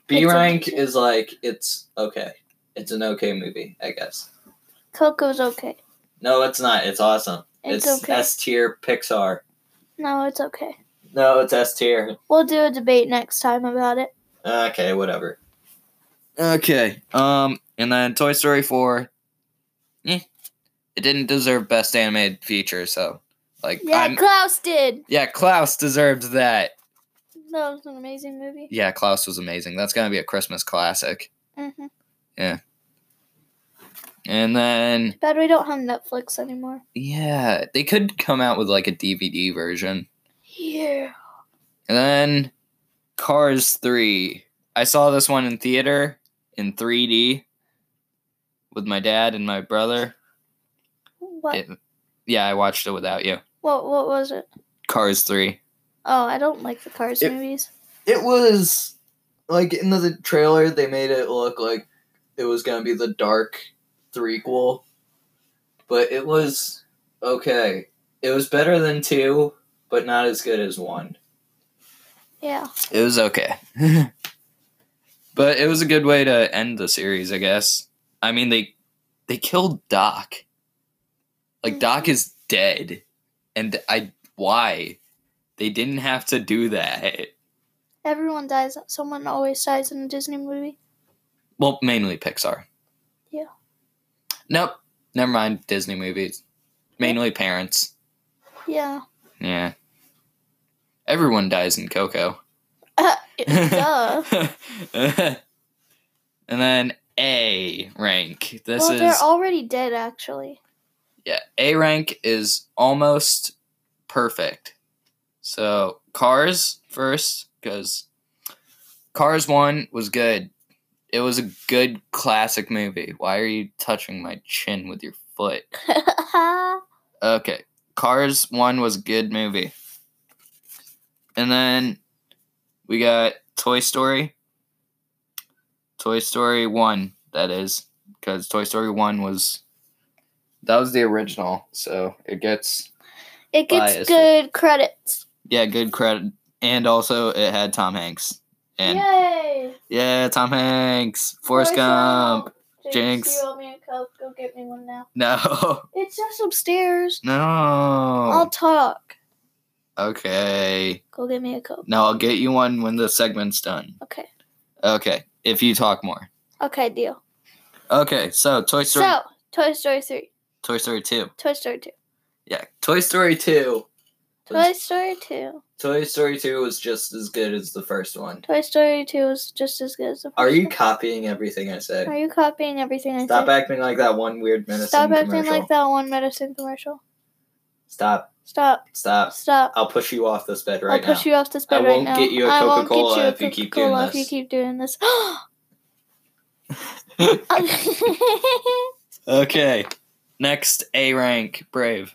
B
It's
rank
okay.
is like it's okay. It's an okay movie, I guess.
Coco's okay.
No, it's not. It's awesome.
It's,
It's,
okay.
S tier Pixar.
no, it's okay.
No, it's S tier.
We'll do a debate next time about it.
Okay, whatever. Okay. Um and then Toy Story 4 eh, it didn't deserve best animated feature, so like
Yeah,
I'm
Klaus did.
Yeah, Klaus deserved that.
That was an amazing movie.
Yeah, Klaus was amazing. That's gonna be a Christmas classic.
Mm-hmm.
And then
Bad we don't have Netflix anymore.
yeah, they could come out with like a DVD version.
Yeah.
And then Cars 3. I saw this one in theater in 3D with my dad and my brother.
What?
It- yeah, I watched it without you.
What? What was it?
Cars 3.
Oh, I don't like the Cars
It-
movies.
It was like in the trailer they made it look like it was gonna be the dark threequel. But it was okay. It was better than two, but not as good as one.
Yeah.
It was okay. but it was a good way to end the series, I guess. I mean, they they killed Doc. Like Doc is dead. And I why? They didn't have to do that.
Everyone dies. Someone always dies in a Disney movie.
Well, mainly Pixar.
Yeah.
Nope. Never mind Disney movies. Mainly parents.
Yeah.
Yeah. Everyone dies in Coco.
Duh.
and then A rank. This
well,
is
they're already dead, actually.
yeah, A rank is almost perfect. So Cars first, because Cars One was good. It was a good classic movie. Why are you touching my chin with your foot? Okay. Cars 1 was a good movie. And then we got Toy Story. Toy Story 1, that is. Because Toy Story 1 was. That was the original. So it gets.
it gets
Biased.
good credits.
Yeah, good credit. And also, it had Tom Hanks. And yeah,
Yay!
Tom Hanks. Forrest Gump. Jinx.
Do you want me a coke? Go get me one now.
No.
It's just upstairs.
No. Oh.
I'll talk.
okay.
Go get me a coke.
No, I'll get you one when the segment's done.
Okay.
Okay, if you talk more.
Okay, deal.
Okay, so Toy Story,
So, Toy Story 3.
Toy Story Two.
Toy Story 2.
Yeah, Toy Story Two.
Toy Story 2.
Toy Story Two was just as good as the first one.
Toy Story 2 was just as good as the first
Are you
one.
copying everything I
Are
say?
you copying everything I
Stop
said?
acting like that one weird medicine
Stop acting
commercial.
like that one medicine commercial.
Stop!
Stop.
Stop!
Stop.
I'll push you off this bed Uh, right
I'll push
now.
you off this bed
I
right
won't
now.
get you a
I won't get
Coca-Cola
you a
if you keep doing
Coca-Cola
this.
If you keep doing this.
Okay, next A rank, Brave.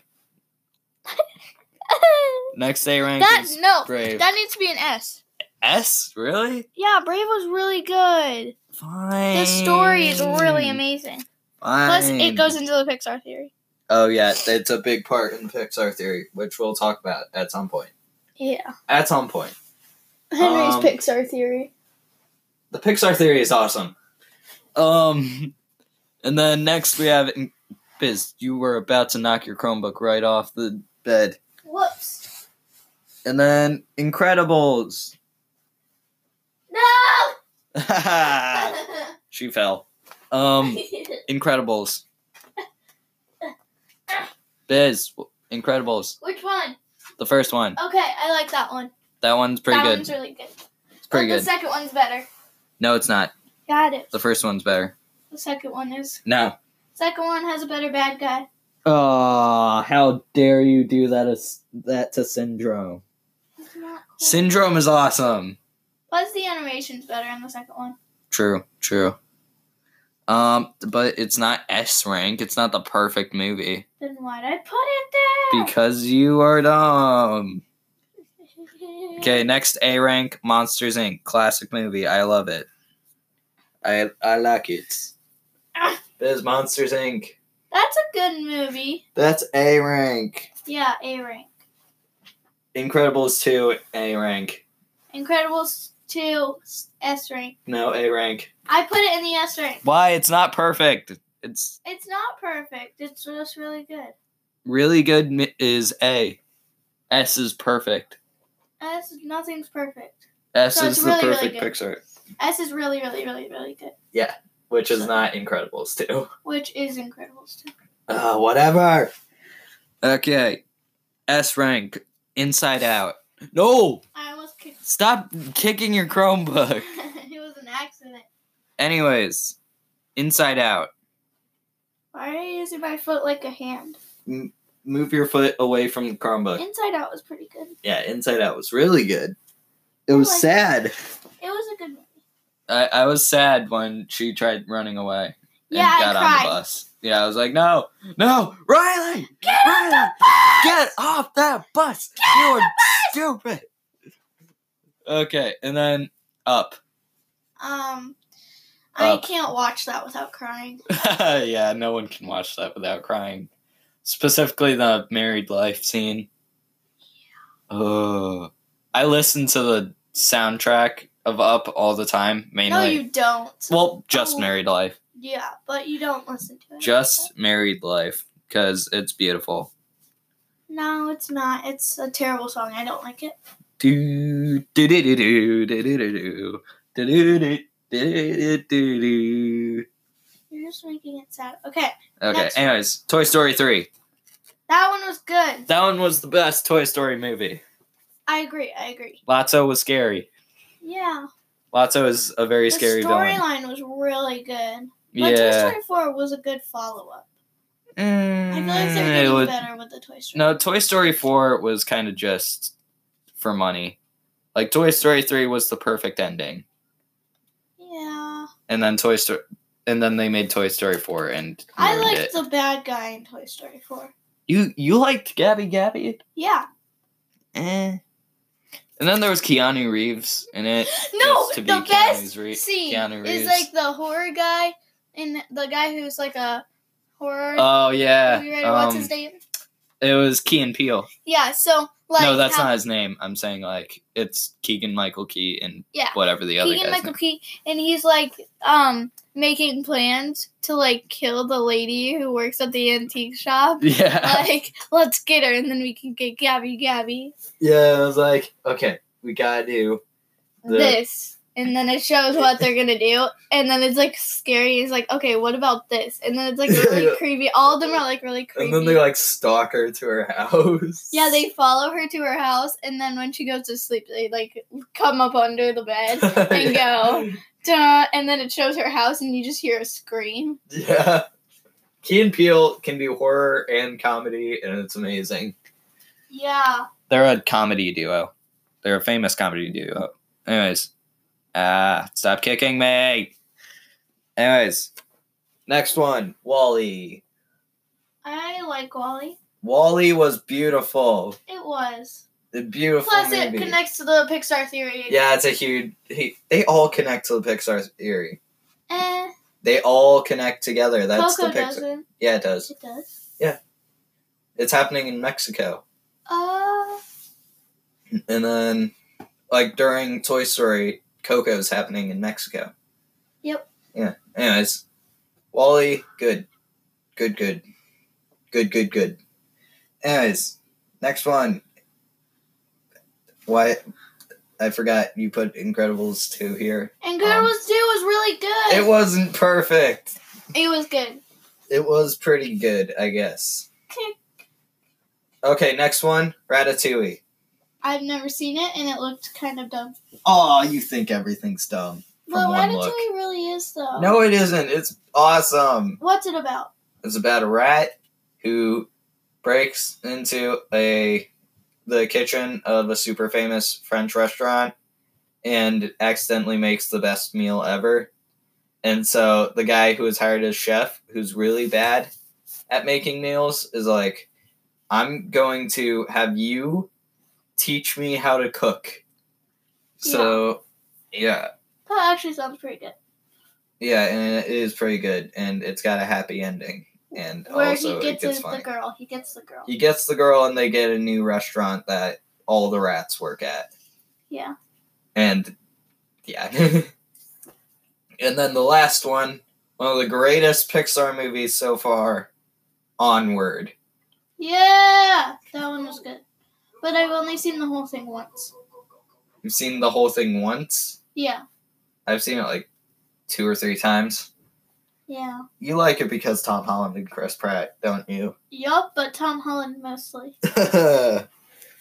Next A rank
that
is
no.
Brave.
That needs to be an S.
S really?
Yeah, Brave was really good.
Fine.
The story is really amazing. Plus, it
Fine.
goes into the Pixar theory.
Oh yeah, it's a big part in the Pixar theory, which we'll talk about at some point.
Yeah,
At some point.
Henry's
Um,
Pixar theory.
The Pixar theory is awesome. Um and then next we have Biz, you were about to knock your Chromebook right off the bed.
Whoops!
And then Incredibles.
No!
she fell. Ah. Um Incredibles. Biz, Incredibles.
Which one?
The first one.
Okay, I like that one.
That one's pretty
that
good.
one's really good.
it's pretty
But
good.
The second one's better.
no, it's not.
Got it.
The first one's better.
The second one is
No.
Second one has a better bad guy.
Oh, how dare you do that as, that to Syndrome. Syndrome is awesome.
Plus, the animation's better in the second one.
True, true. Um, but it's not S rank. It's not the perfect movie
Then why'd I put it
because you are dumb.
there?
Okay, next A rank, Monsters Inc. Classic movie. I love it. I I like it.
Ah.
There's Monsters Inc.
That's a good movie.
That's A rank.
Yeah, A rank.
Incredibles two A rank.
Incredibles 2, s- S rank.
No A rank.
I put it in the S rank.
Why? It's not perfect. It's
It's not perfect, it's just really good.
really good mi- is A. S is perfect.
S, nothing's perfect.
S
So it's
is
really,
the
really
perfect
good.
Pixar,
S is really, really, really, really good,
which is not Incredibles too.
which is Incredibles 2.
Uh, whatever. Okay. S rank. Inside Out. No!
I almost kicked
Stop kicking your Chromebook.
It was an accident.
Anyways, Inside Out.
Why are you using my foot like a hand?
Move your foot away from the Chromebook.
Inside Out was pretty good.
Yeah, Inside Out was really good. It
I like
sad.
It was a good movie.
I, I was sad when she tried running away and
Yeah, I
got on
cried.
the bus. Yeah, I was like, no, no, Riley, get Riley, off get off that bus. you are stupid. Okay, and then up.
Um, I
Uh,
can't watch that without crying.
yeah, no one can watch that without crying. Specifically, the married life scene. Oh, I listen to the soundtrack of Up all the time, mainly.
No, you don't.
well, just
Oh.
married life.
Yeah, but you don't listen to it.
just married life because it's beautiful
No, it's not. It's a terrible song. I don't like it.
do do do do do do do do do do do do do do
You're just making it sad. Okay,
okay
Next.
anyways toy story 3
that one was good.
that one was the best toy story movie
I agree. I agree.
lotso was scary
Yeah,
Lotso is a very
the
scary villain.
storyline was really good. But Toy
yeah.
Story 4 was a good follow up. I feel like they're
Mm, it
getting
was-
better with the Toy Story.
no, Toy Story 4 was kind of just for money. Like Toy Story 3 was the perfect ending.
Yeah.
And then Toy Story and then they made Toy Story 4 and
I
ruined
liked
Mm, it.
the bad guy in Toy Story 4.
You you liked Gabby Gabby?
Yeah.
Eh. And then there was Keanu Reeves in it.
No,
just to be
the
Keanu
best
Ree-
scene
Keanu
is
Reeves.
like the horror guy and the guy who's like a horror.
Oh yeah.
Are you ready? What's
um,
his name?
It was Key and Peele.
Yeah, so like
no, that's
how-
not his name. I'm saying like it's Keegan Michael Key and
Yeah.
whatever the other
Keegan
guy's
Michael Key, and he's like um making plans to like kill the lady who works at the antique shop.
name. Yeah.
like, let's get her, and then we can get Gabby, Gabby,
yeah, I was like, okay, we gotta do The-
this, and then it shows what they're gonna do, and then it's like scary. It's like, okay, what about this? And then it's like really
Yeah.
creepy. All of them are like really creepy.
like stalk her to her house.
yeah, they follow her to her house, and then when she goes to sleep, they like come up under the bed, and go. Duh, and then it shows her house, and you just hear a scream.
Yeah. Key and Peele can do horror and comedy, and it's amazing.
Yeah.
They're a comedy duo. They're a famous comedy duo. Anyways, ah, stop kicking me. Anyways, next one, Wally.
I like Wally.
Wally was beautiful.
It was.
The beautiful
Plus,
movie.
it connects to the Pixar theory.
yeah, it's a huge. He, they all connect to the Pixar theory.
Eh,
They all connect together. That's
Coco
the Pixar.
doesn't.
Yeah, it does.
It does.
It's happening in Mexico.
Uh,
And then, like during Toy Story, Coco's happening in Mexico.
Yep.
Yeah. Anyways, Wally, good, good, good, good, good, good. Anyways, next one. Why? I forgot you put Incredibles two here.
and
Um,
Girls Two was really good.
It wasn't perfect.
It was good.
It was pretty good, I guess. Okay, next one, Ratatouille.
I've never seen it, and it looked kind of dumb.
Oh, you think everything's dumb.
But
From one
Ratatouille
look.
really is though.
No, it isn't. It's awesome.
What's it about?
It's about a rat who breaks into a the kitchen of a super famous French restaurant and accidentally makes the best meal ever. And so the guy who is hired as chef, who's really bad at making meals, is like, "I'm going to have you teach me how to cook." So, yeah.
That actually sounds pretty good.
Yeah, and it is pretty good, and it's got a happy ending, and
Where
also
he gets
Oh, it gets
the-
funny.
the girl. He gets the girl.
He gets the girl, and they get a new restaurant that all the rats work at,
Yeah.
and yeah, and then the last one, one of the greatest Pixar movies so far, Onward.
Yeah, that one was good. But I've only seen the whole thing once.
You've seen the whole thing once.
Yeah.
I've seen it like two or three times.
Yeah.
You like it because Tom Holland and Chris Pratt, don't you?
Yup, but Tom Holland mostly.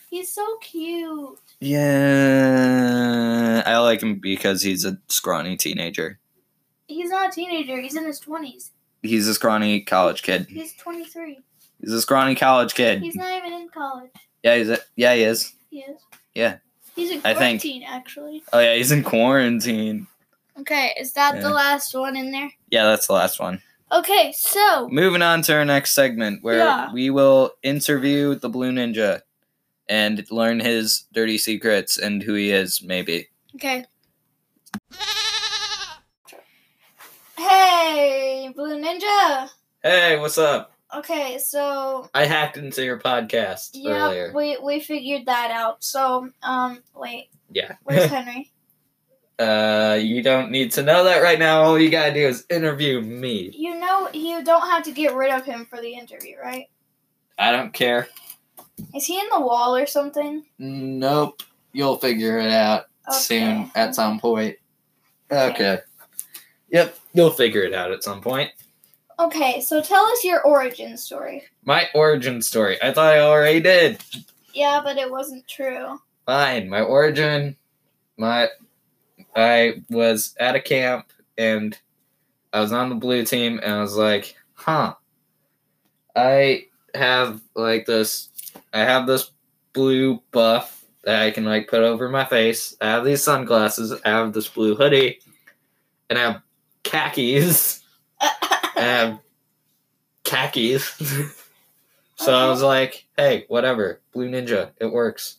He's so cute.
Yeah, I like him because he's a scrawny teenager.
He's not a teenager. He's in his twenties.
He's a scrawny college kid.
He's twenty three.
He's a scrawny college kid.
He's not even in college.
yeah, he's a, yeah, he is.
He is.
Yeah.
He's in
I think-
quarantine, actually.
Oh yeah, he's in quarantine.
Okay, is that
Yeah.
the last one in there?
Yeah, that's the last one.
Okay, so
Moving on to our next segment where
Yeah.
we will interview the Blue Ninja and learn his dirty secrets and who he is, maybe.
okay. Hey, Blue Ninja.
Hey, what's up?
Okay, so
I hacked into your podcast
yeah, we we figured that out. So um, wait, where's
Yeah.
Henry?
uh, you don't need to know that right now. All you gotta do is interview me.
You know, you don't have to get rid of him for the interview, right?
I don't care.
Is he in the wall or something?
Nope. You'll figure it out
Okay.
soon at some point. Okay. Yep, you'll figure it out at some point.
Okay, so tell us your origin story.
My origin story. I thought I already did.
Yeah, but it wasn't true.
Fine. My origin. My I was at a camp and I was on the blue team and I was like, huh, I have like this, I have this blue buff that I can like put over my face. I have these sunglasses. I have this blue hoodie and I have khakis. I have khakis. so I was like, hey, whatever, blue ninja, it works.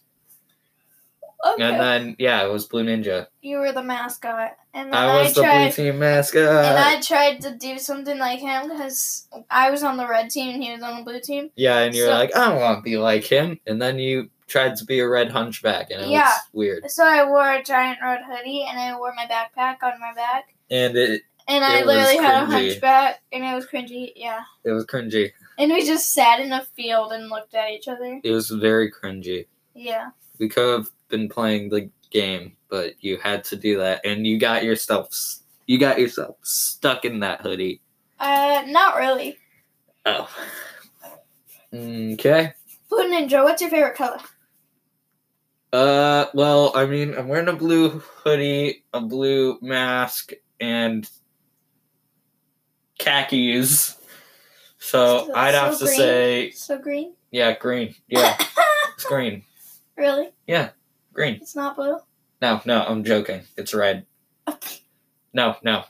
Okay.
And then, yeah, it was blue ninja.
you were the mascot, and then
I was the
tried.
blue team mascot.
and I tried to do something like him because I was on the red team and he was on the blue team.
Yeah, and you're
So-
like, I don't want to be like him. And then you tried to be a red hunchback, and it
Yeah.
was weird.
So I wore a giant red hoodie and I wore my backpack on my back.
And it
And I
It was
literally had a
cringy.
hunchback and it was cringy, yeah.
it was cringy.
And we just sat in a field and looked at each other.
It was very cringy.
Yeah.
We could have been playing the game, but you had to do that, and you got yourself s- you got yourself stuck in that hoodie.
Uh, not really.
Oh. Okay.
Blue Ninja, what's your favorite color?
Uh. Well, I mean, I'm wearing a blue hoodie, a blue mask, and khakis. So,
So-
I'd
so
have to
green?
say
So green?
Yeah, green. Yeah, it's green.
Really?
Green.
It's not blue?
No, no, I'm joking. It's red. No, no.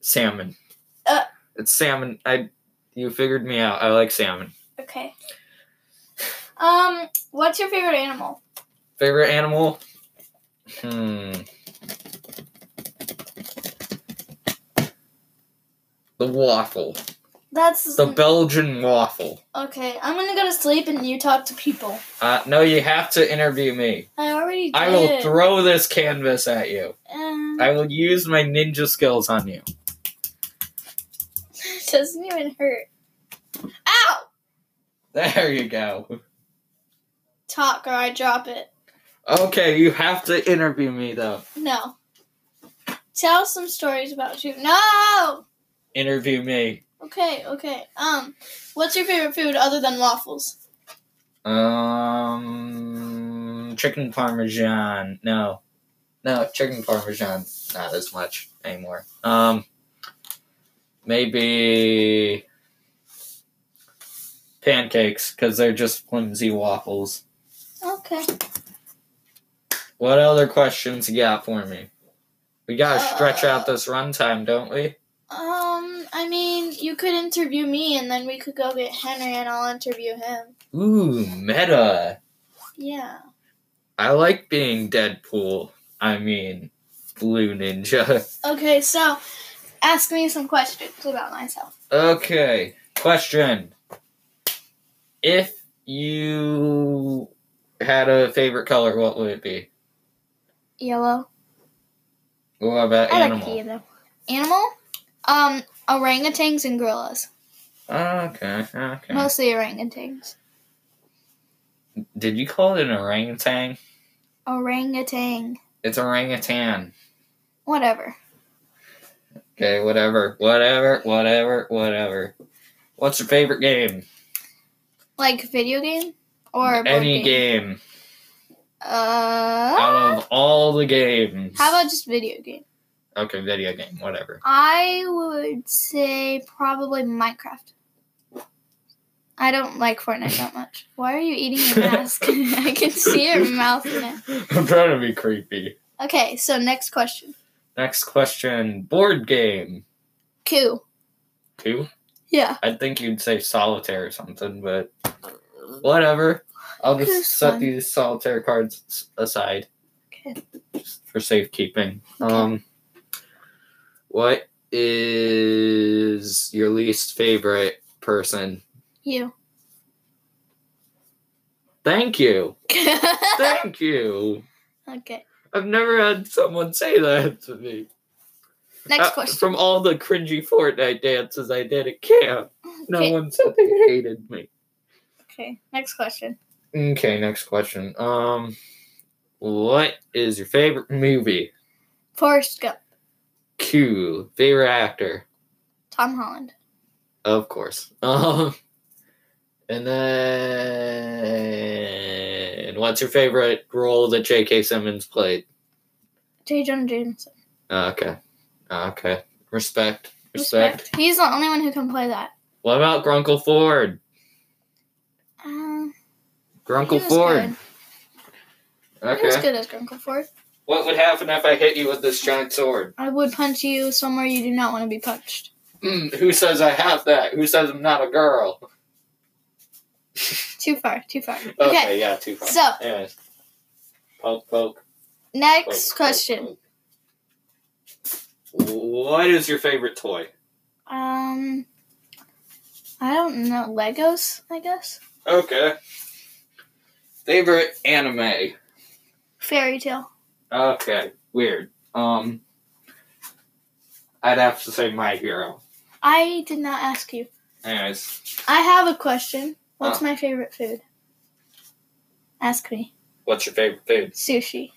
Salmon.
Uh.
It's salmon. I you figured me out. I like salmon.
Okay. Um, what's your favorite animal?
Favorite animal? Hmm. The waffle.
That's
The Belgian waffle.
okay. I'm gonna go to sleep and you talk to people.
Uh, no, you have to interview me.
I already did.
I will throw this canvas at you.
Um,
I will use my ninja skills on you.
it doesn't even hurt. Ow!
There you go.
Talk or I drop it.
Okay, you have to interview me though.
No. Tell some stories about you. No.
Interview me.
Okay. Okay. Um, what's your favorite food other than waffles?
Um, chicken parmesan. No, no, chicken parmesan. Not as much anymore. Um, maybe pancakes because they're just flimsy waffles.
Okay.
What other questions you got for me? We gotta stretch out this runtime, don't we?
Um, I mean, you could interview me, and then we could go get Henry, and I'll interview him.
Ooh, meta.
Yeah.
I like being Deadpool. I mean, Blue Ninja.
Okay. So, ask me some questions about myself.
Okay, question. If you had a favorite color, what would it be?
Yellow.
What about
I like
animal?
yellow. Animal. Um, orangutans and gorillas.
Okay, okay.
Mostly orangutans.
Did you call it an orangutan?
Orangutan.
It's orangutan.
Whatever.
Okay, whatever, whatever, whatever, whatever. What's your favorite game?
Like video game or board
Any game out
Uh.
of all the games.
How about just video game?
okay, video game, whatever.
I would say probably Minecraft. I don't like Fortnite that much. Why are you eating your mask? I can see your mouth in it.
I'm trying to be creepy.
Okay, so next question.
Next question board game.
Coup.
Two?
Yeah.
I think you'd say solitaire or something, but whatever. I'll just
Who's
set
fun?
these solitaire cards s- aside
Okay.
just for safekeeping.
Okay.
Um, what is your least favorite person?
You.
Thank you.
okay.
Thank you. I've never had someone say that to me.
Next
Uh,
question.
From all the cringy Fortnite dances I did at camp. No
Okay.
one said they hated me.
okay. Next question.
Okay, next question. Um, what is your favorite movie?
Forrest Gump.
Q. Favorite actor,
Tom Holland.
of course. Um, and then what's your favorite role that J.K. Simmons played?
Jay Jonah Jameson.
Uh, okay. Uh, okay. Respect. Respect.
He's the only one who can play that.
What about Grunkle Ford?
Um, he
Grunkle
was
Ford.
Good. He was
Okay.
good as Grunkle Ford.
What would happen if I hit you with this giant sword?
I would punch you somewhere you do not want to be punched.
Mm, who says I have that? Who says I'm not a girl?
Too far, too far. Okay.
Okay, yeah, too far.
So
Anyways. Poke, poke, poke.
next
poke,
question.
poke. What is your favorite toy? oh.
Um, I don't know Legos. I guess
Okay. Favorite anime?
fairy tale.
Okay, weird. Um, I'd have to say My Hero.
I did not ask you.
Anyways,
I have a question. What's
Ah.
my favorite food? Ask me.
what's your favorite food?
Sushi.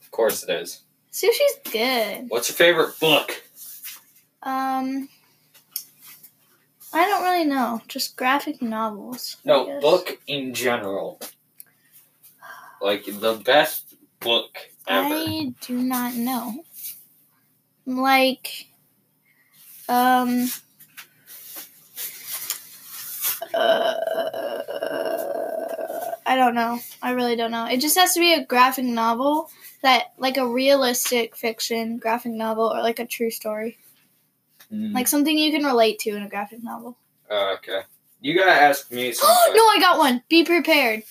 Of course it is.
Sushi's good.
What's your favorite book?
Um, I don't really know. Just graphic novels. I
No,
guess.
book in general. Like the best book ever.
I do not know. Like, um, uh, I don't know. I really don't know. It just has to be a graphic novel that, like, a realistic fiction graphic novel or like a true story,
Mm,
like something you can relate to in a graphic novel.
oh, okay. You gotta ask me
no,
something.
I got one. Be prepared.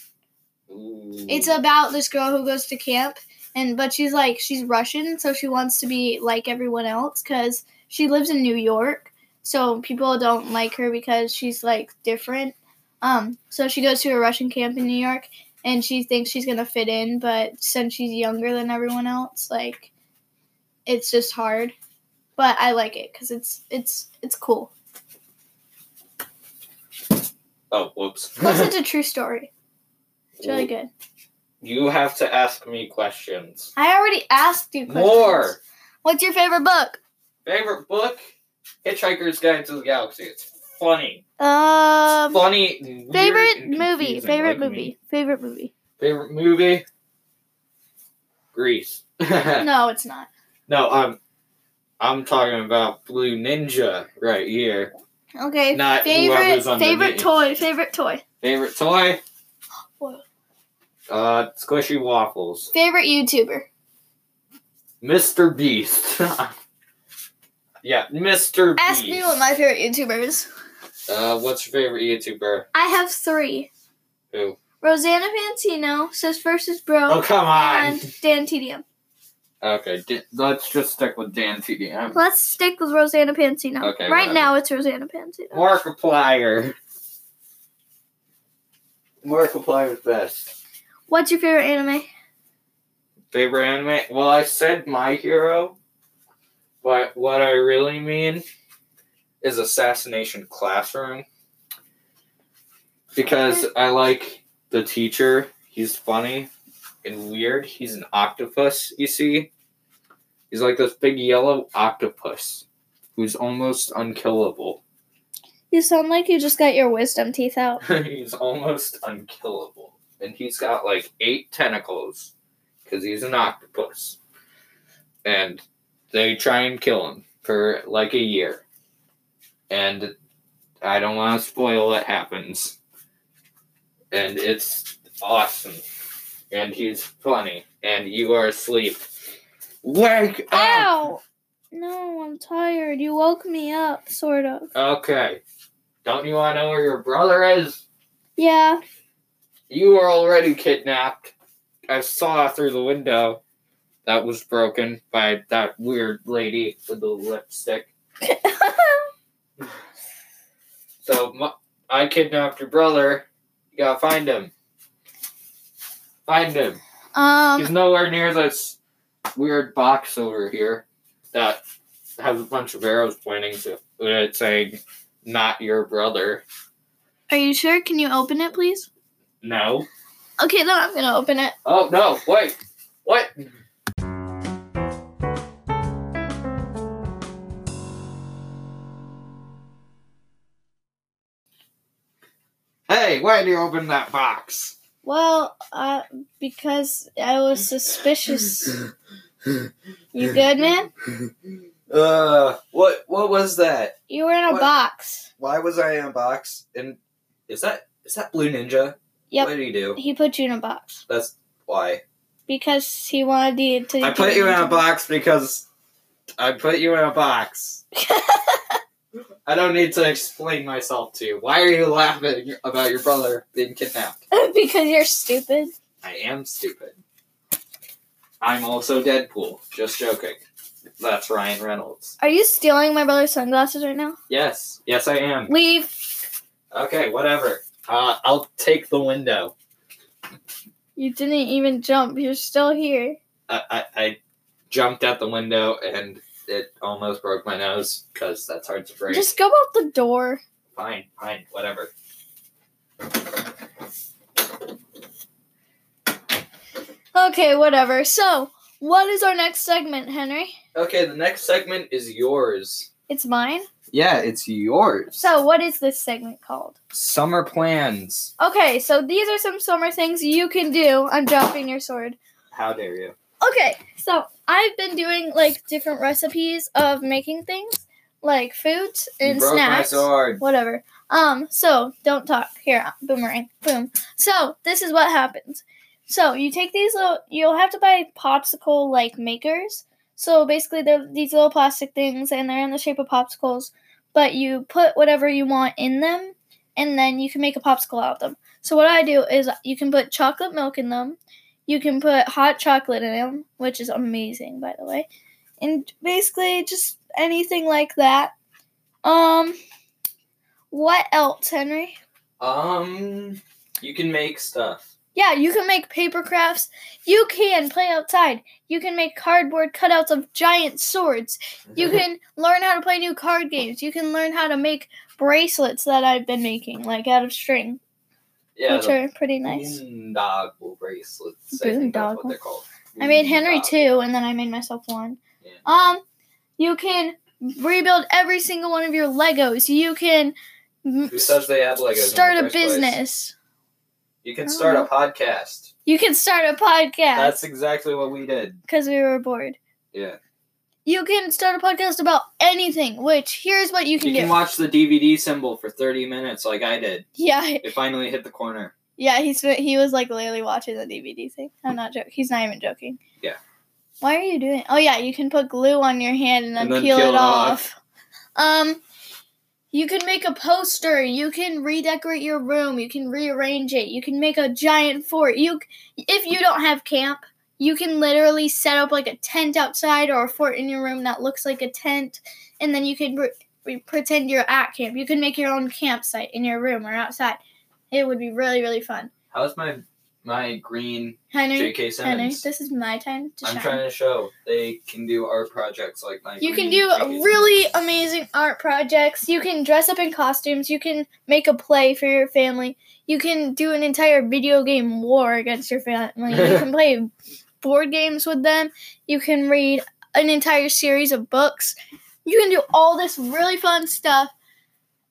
Ooh.
It's about this girl who goes to camp, and but she's like she's Russian, so she wants to be like everyone else because she lives in New York, so people don't like her because she's like different. Um, so she goes to a Russian camp in New York, and she thinks she's gonna fit in, but since she's younger than everyone else, like it's just hard. But I like it because it's it's it's cool.
Oh, whoops.
Plus, it's a true story. It's really good.
You have to ask me questions.
I already asked you questions.
More.
What's your favorite book?
Favorite book? Hitchhiker's Guide to the Galaxy. It's funny.
Um,
funny. and weird
favorite
and
movie.
confusing, like
Favorite
me.
movie. Favorite movie.
Favorite movie? Grease.
No, it's not.
no, I'm I'm talking about Blue Ninja right here.
Okay.
Not
favorite
whoever's on
favorite toy. Favorite toy.
Favorite toy?
What?
Uh, squishy waffles.
Favorite YouTuber.
Mr. Beast. yeah, Mr. Beast.
Ask me what my favorite YouTuber is.
Uh, what's your favorite YouTuber?
I have three.
Who?
Rosanna Pansino, Sis versus Bro,
Oh, come on.
and Dan Tedium.
Okay, d- let's just stick with Dan TDM.
Let's stick with Rosanna Pansino.
Okay,
right
whatever.
now it's Rosanna Pansino.
Markiplier. Markiplier's best.
What's your favorite anime?
Favorite anime? Well, I said My Hero, but what I really mean is Assassination Classroom. Because I like the teacher. He's funny and weird. He's an octopus, you see? He's like this big yellow octopus who's almost unkillable.
You sound like you just got your wisdom teeth out.
he's almost unkillable. And he's got like eight tentacles because he's an octopus. And they try and kill him for like a year. And I don't want to spoil what happens. And it's awesome. And he's funny. And you are asleep. Wake up!
Ow! No, I'm tired. You woke me up, sort of.
Okay. Don't you want to know where your brother is?
Yeah.
You were already kidnapped. I saw through the window that was broken by that weird lady with the lipstick. So mu- I kidnapped your brother. You gotta find him. Find him. He's
um,
nowhere near this weird box over here that has a bunch of arrows pointing to it saying, not your brother.
are you sure? Can you open it, please?
No.
Okay, then I'm gonna open it.
Oh, no. Wait. What? Hey, why do you open that box?
Well, uh, because I was suspicious. You good, man?
Uh, what what was that?
You were in a
What?
box.
Why was I in a box? And is that is that Blue Ninja?
Yep.
What did he do?
He put you in a box
That's why.
because he wanted you to.
I put you in a box because I put you in a box. I don't need to explain myself to you. Why are you laughing about your brother being kidnapped?
because you're stupid.
I am stupid. I'm also Deadpool. Just joking. That's Ryan Reynolds.
Are you stealing my brother's sunglasses right now?
Yes. Yes, I am.
Leave.
Okay, whatever. Uh, I'll take the window.
You didn't even jump. You're still here.
I, I, I jumped at the window and it almost broke my nose because that's hard to break.
Just go out the door.
Fine, fine, whatever.
Okay, whatever. So, what is our next segment, Henry?
Okay, the next segment is yours.
It's mine.
Yeah, it's yours.
So, what is this segment called?
Summer plans.
Okay, so these are some summer things you can do. I'm dropping your sword.
How dare you?
Okay, so I've been doing like different recipes of making things, like foods and
you broke
snacks.
my sword.
Whatever. Um, so don't talk. Here, boomerang. Boom. So this is what happens. So you take these little you'll have to buy popsicle like makers. So basically they're these little plastic things and they're in the shape of popsicles, but you put whatever you want in them and then you can make a popsicle out of them. So what I do is you can put chocolate milk in them. You can put hot chocolate in them, which is amazing by the way. And basically just anything like that. Um what else, Henry?
Um, you can make stuff.
Yeah, you can make paper crafts. You can play outside. You can make cardboard cutouts of giant swords. You can learn how to play new card games. You can learn how to make bracelets that I've been making, like out of string,
yeah,
which
the
are pretty nice.
Boondoggle bracelets. I think that's what
Boondoggle.
they're called.
I made Henry
Boondoggle.
two, and then I made myself one.
Yeah.
Um, you can rebuild every single one of your Legos. You can mm,
Who says they have Legos? in the
start a
first place?
business. Uh-huh.
You can start a podcast.
You can start a podcast
That's exactly what we did.
because we were bored.
Yeah.
You can start a podcast about anything, which here's what you
You
can
can
do.
watch the DVD symbol for 30 minutes like I did.
yeah,
It finally hit the corner.
yeah, he's he was like literally watching the DVD thing. I'm not joking. He's not even joking.
Yeah.
Why are you doing? Oh yeah, you can put glue on your hand and then, peel, it off. Um, you can make a poster. You can redecorate your room. You can rearrange it. You can make a giant fort. You, c- if you don't have camp, you can literally set up like a tent outside or a fort in your room that looks like a tent, and then you can re- re- pretend you're at camp. You can make your own campsite in your room or outside. It would be really really fun.
How's my my green
Henry,
J.K.
Henry,
Simmons?
this is my time to shine.
I'm trying to show they can do art projects like my.
You can
green
do
J.K.
really amazing art projects. You can dress up in costumes. You can make a play for your family. You can do an entire video game war against your family. You can play board games with them. You can read an entire series of books. You can do all this really fun stuff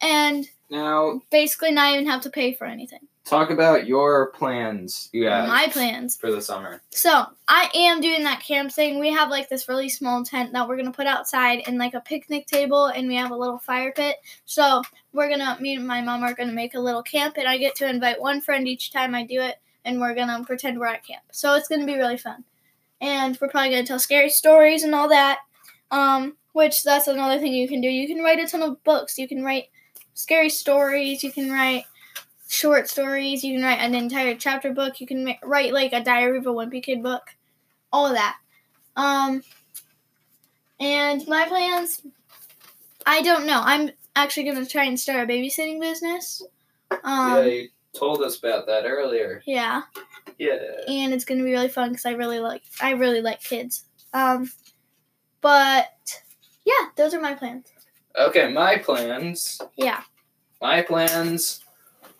and
Now
basically not even have to pay for anything.
talk about your plans you have
My plans.
for the summer.
So I am doing that camp thing. We have like this really small tent that we're gonna put outside and like a picnic table, and we have a little fire pit. So we're gonna me and my mom are gonna make a little camp, and I get to invite one friend each time I do it, and we're gonna pretend we're at camp. So it's gonna be really fun, and we're probably gonna tell scary stories and all that. Um, which that's another thing you can do. You can write a ton of books. You can write scary stories. You can write short stories. You can write an entire chapter book. You can ma- write like a Diary of a Wimpy Kid book. All of that. Um, and my plans, I don't know. I'm actually gonna try and start a babysitting business.
yeah,
Um,
you told us about that earlier.
yeah,
Yeah.
and it's gonna be really fun because I really like I really like kids. Um, but yeah, those are my plans.
Okay, my plans.
Yeah.
My plans.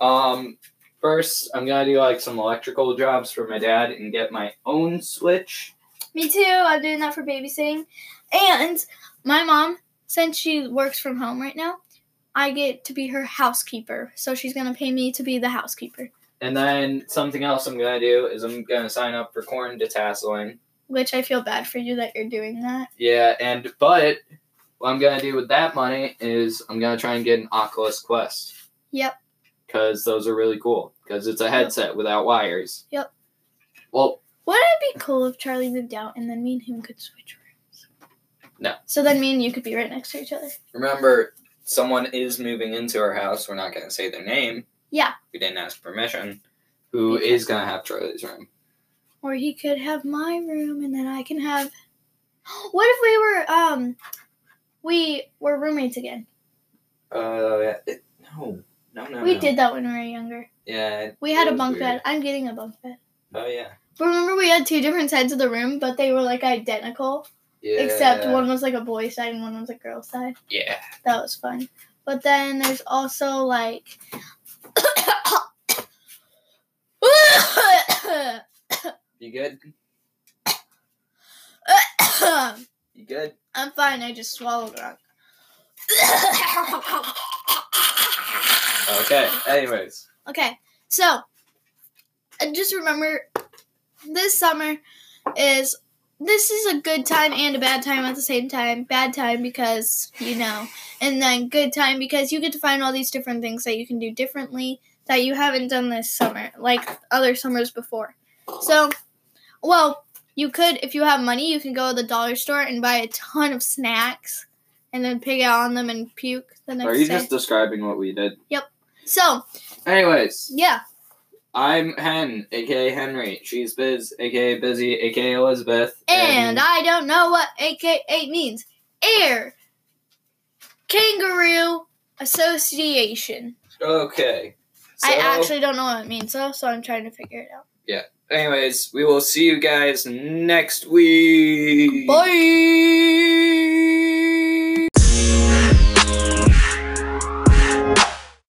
Um, first I'm gonna do like some electrical jobs for my dad and get my own switch.
Me too. I'm doing that for babysitting. And my mom, since she works from home right now, I get to be her housekeeper. So she's going to pay me to be the housekeeper.
And then something else I'm gonna do is I'm gonna sign up for corn detasseling.
Which I feel bad for you that you're doing that.
Yeah, and but what I'm gonna do with that money is I'm gonna try and get an Oculus Quest.
Yep.
Because those are really cool. Because it's a headset without wires.
Yep.
Well,
Wouldn't it be cool if Charlie moved out and then me and him could switch rooms?
No.
So then me and you could be right next to each other.
remember, someone is moving into our house. We're not gonna say their name.
Yeah.
We didn't ask permission. Who
Okay.
is gonna have Charlie's room?
Or he could have my room and then I can have What if we were um we were roommates again?
Uh, yeah. it- no, no, no.
We
no.
did that when we were younger.
Yeah.
We had
it
a
was
bunk
weird.
bed. I'm getting a bunk bed.
Oh yeah.
But remember we had two different sides of the room, but they were like identical.
Yeah.
Except one was like a boy side and one was a girl side.
Yeah.
That was fun. But then there's also like
You good? You good?
I'm fine, I just swallowed wrong.
Okay. Anyways.
Okay, so uh, just remember this summer is this is a good time and a bad time at the same time. Bad time because you know, and then good time because you get to find all these different things that you can do differently that you haven't done this summer, like other summers before. So, well, you could, if you have money, you can go to the dollar store and buy a ton of snacks and then pig out on them and puke the next
Are you
day.
just describing what we did?
so,
Anyways,
yeah,
I'm Hen, aka Henry. She's Biz, aka Busy, aka Elizabeth.
And I don't know what AKA means. Air Kangaroo Association.
okay. So,
I actually don't know what it means though, so I'm trying to figure it out.
anyways, we will see you guys next week.
Bye.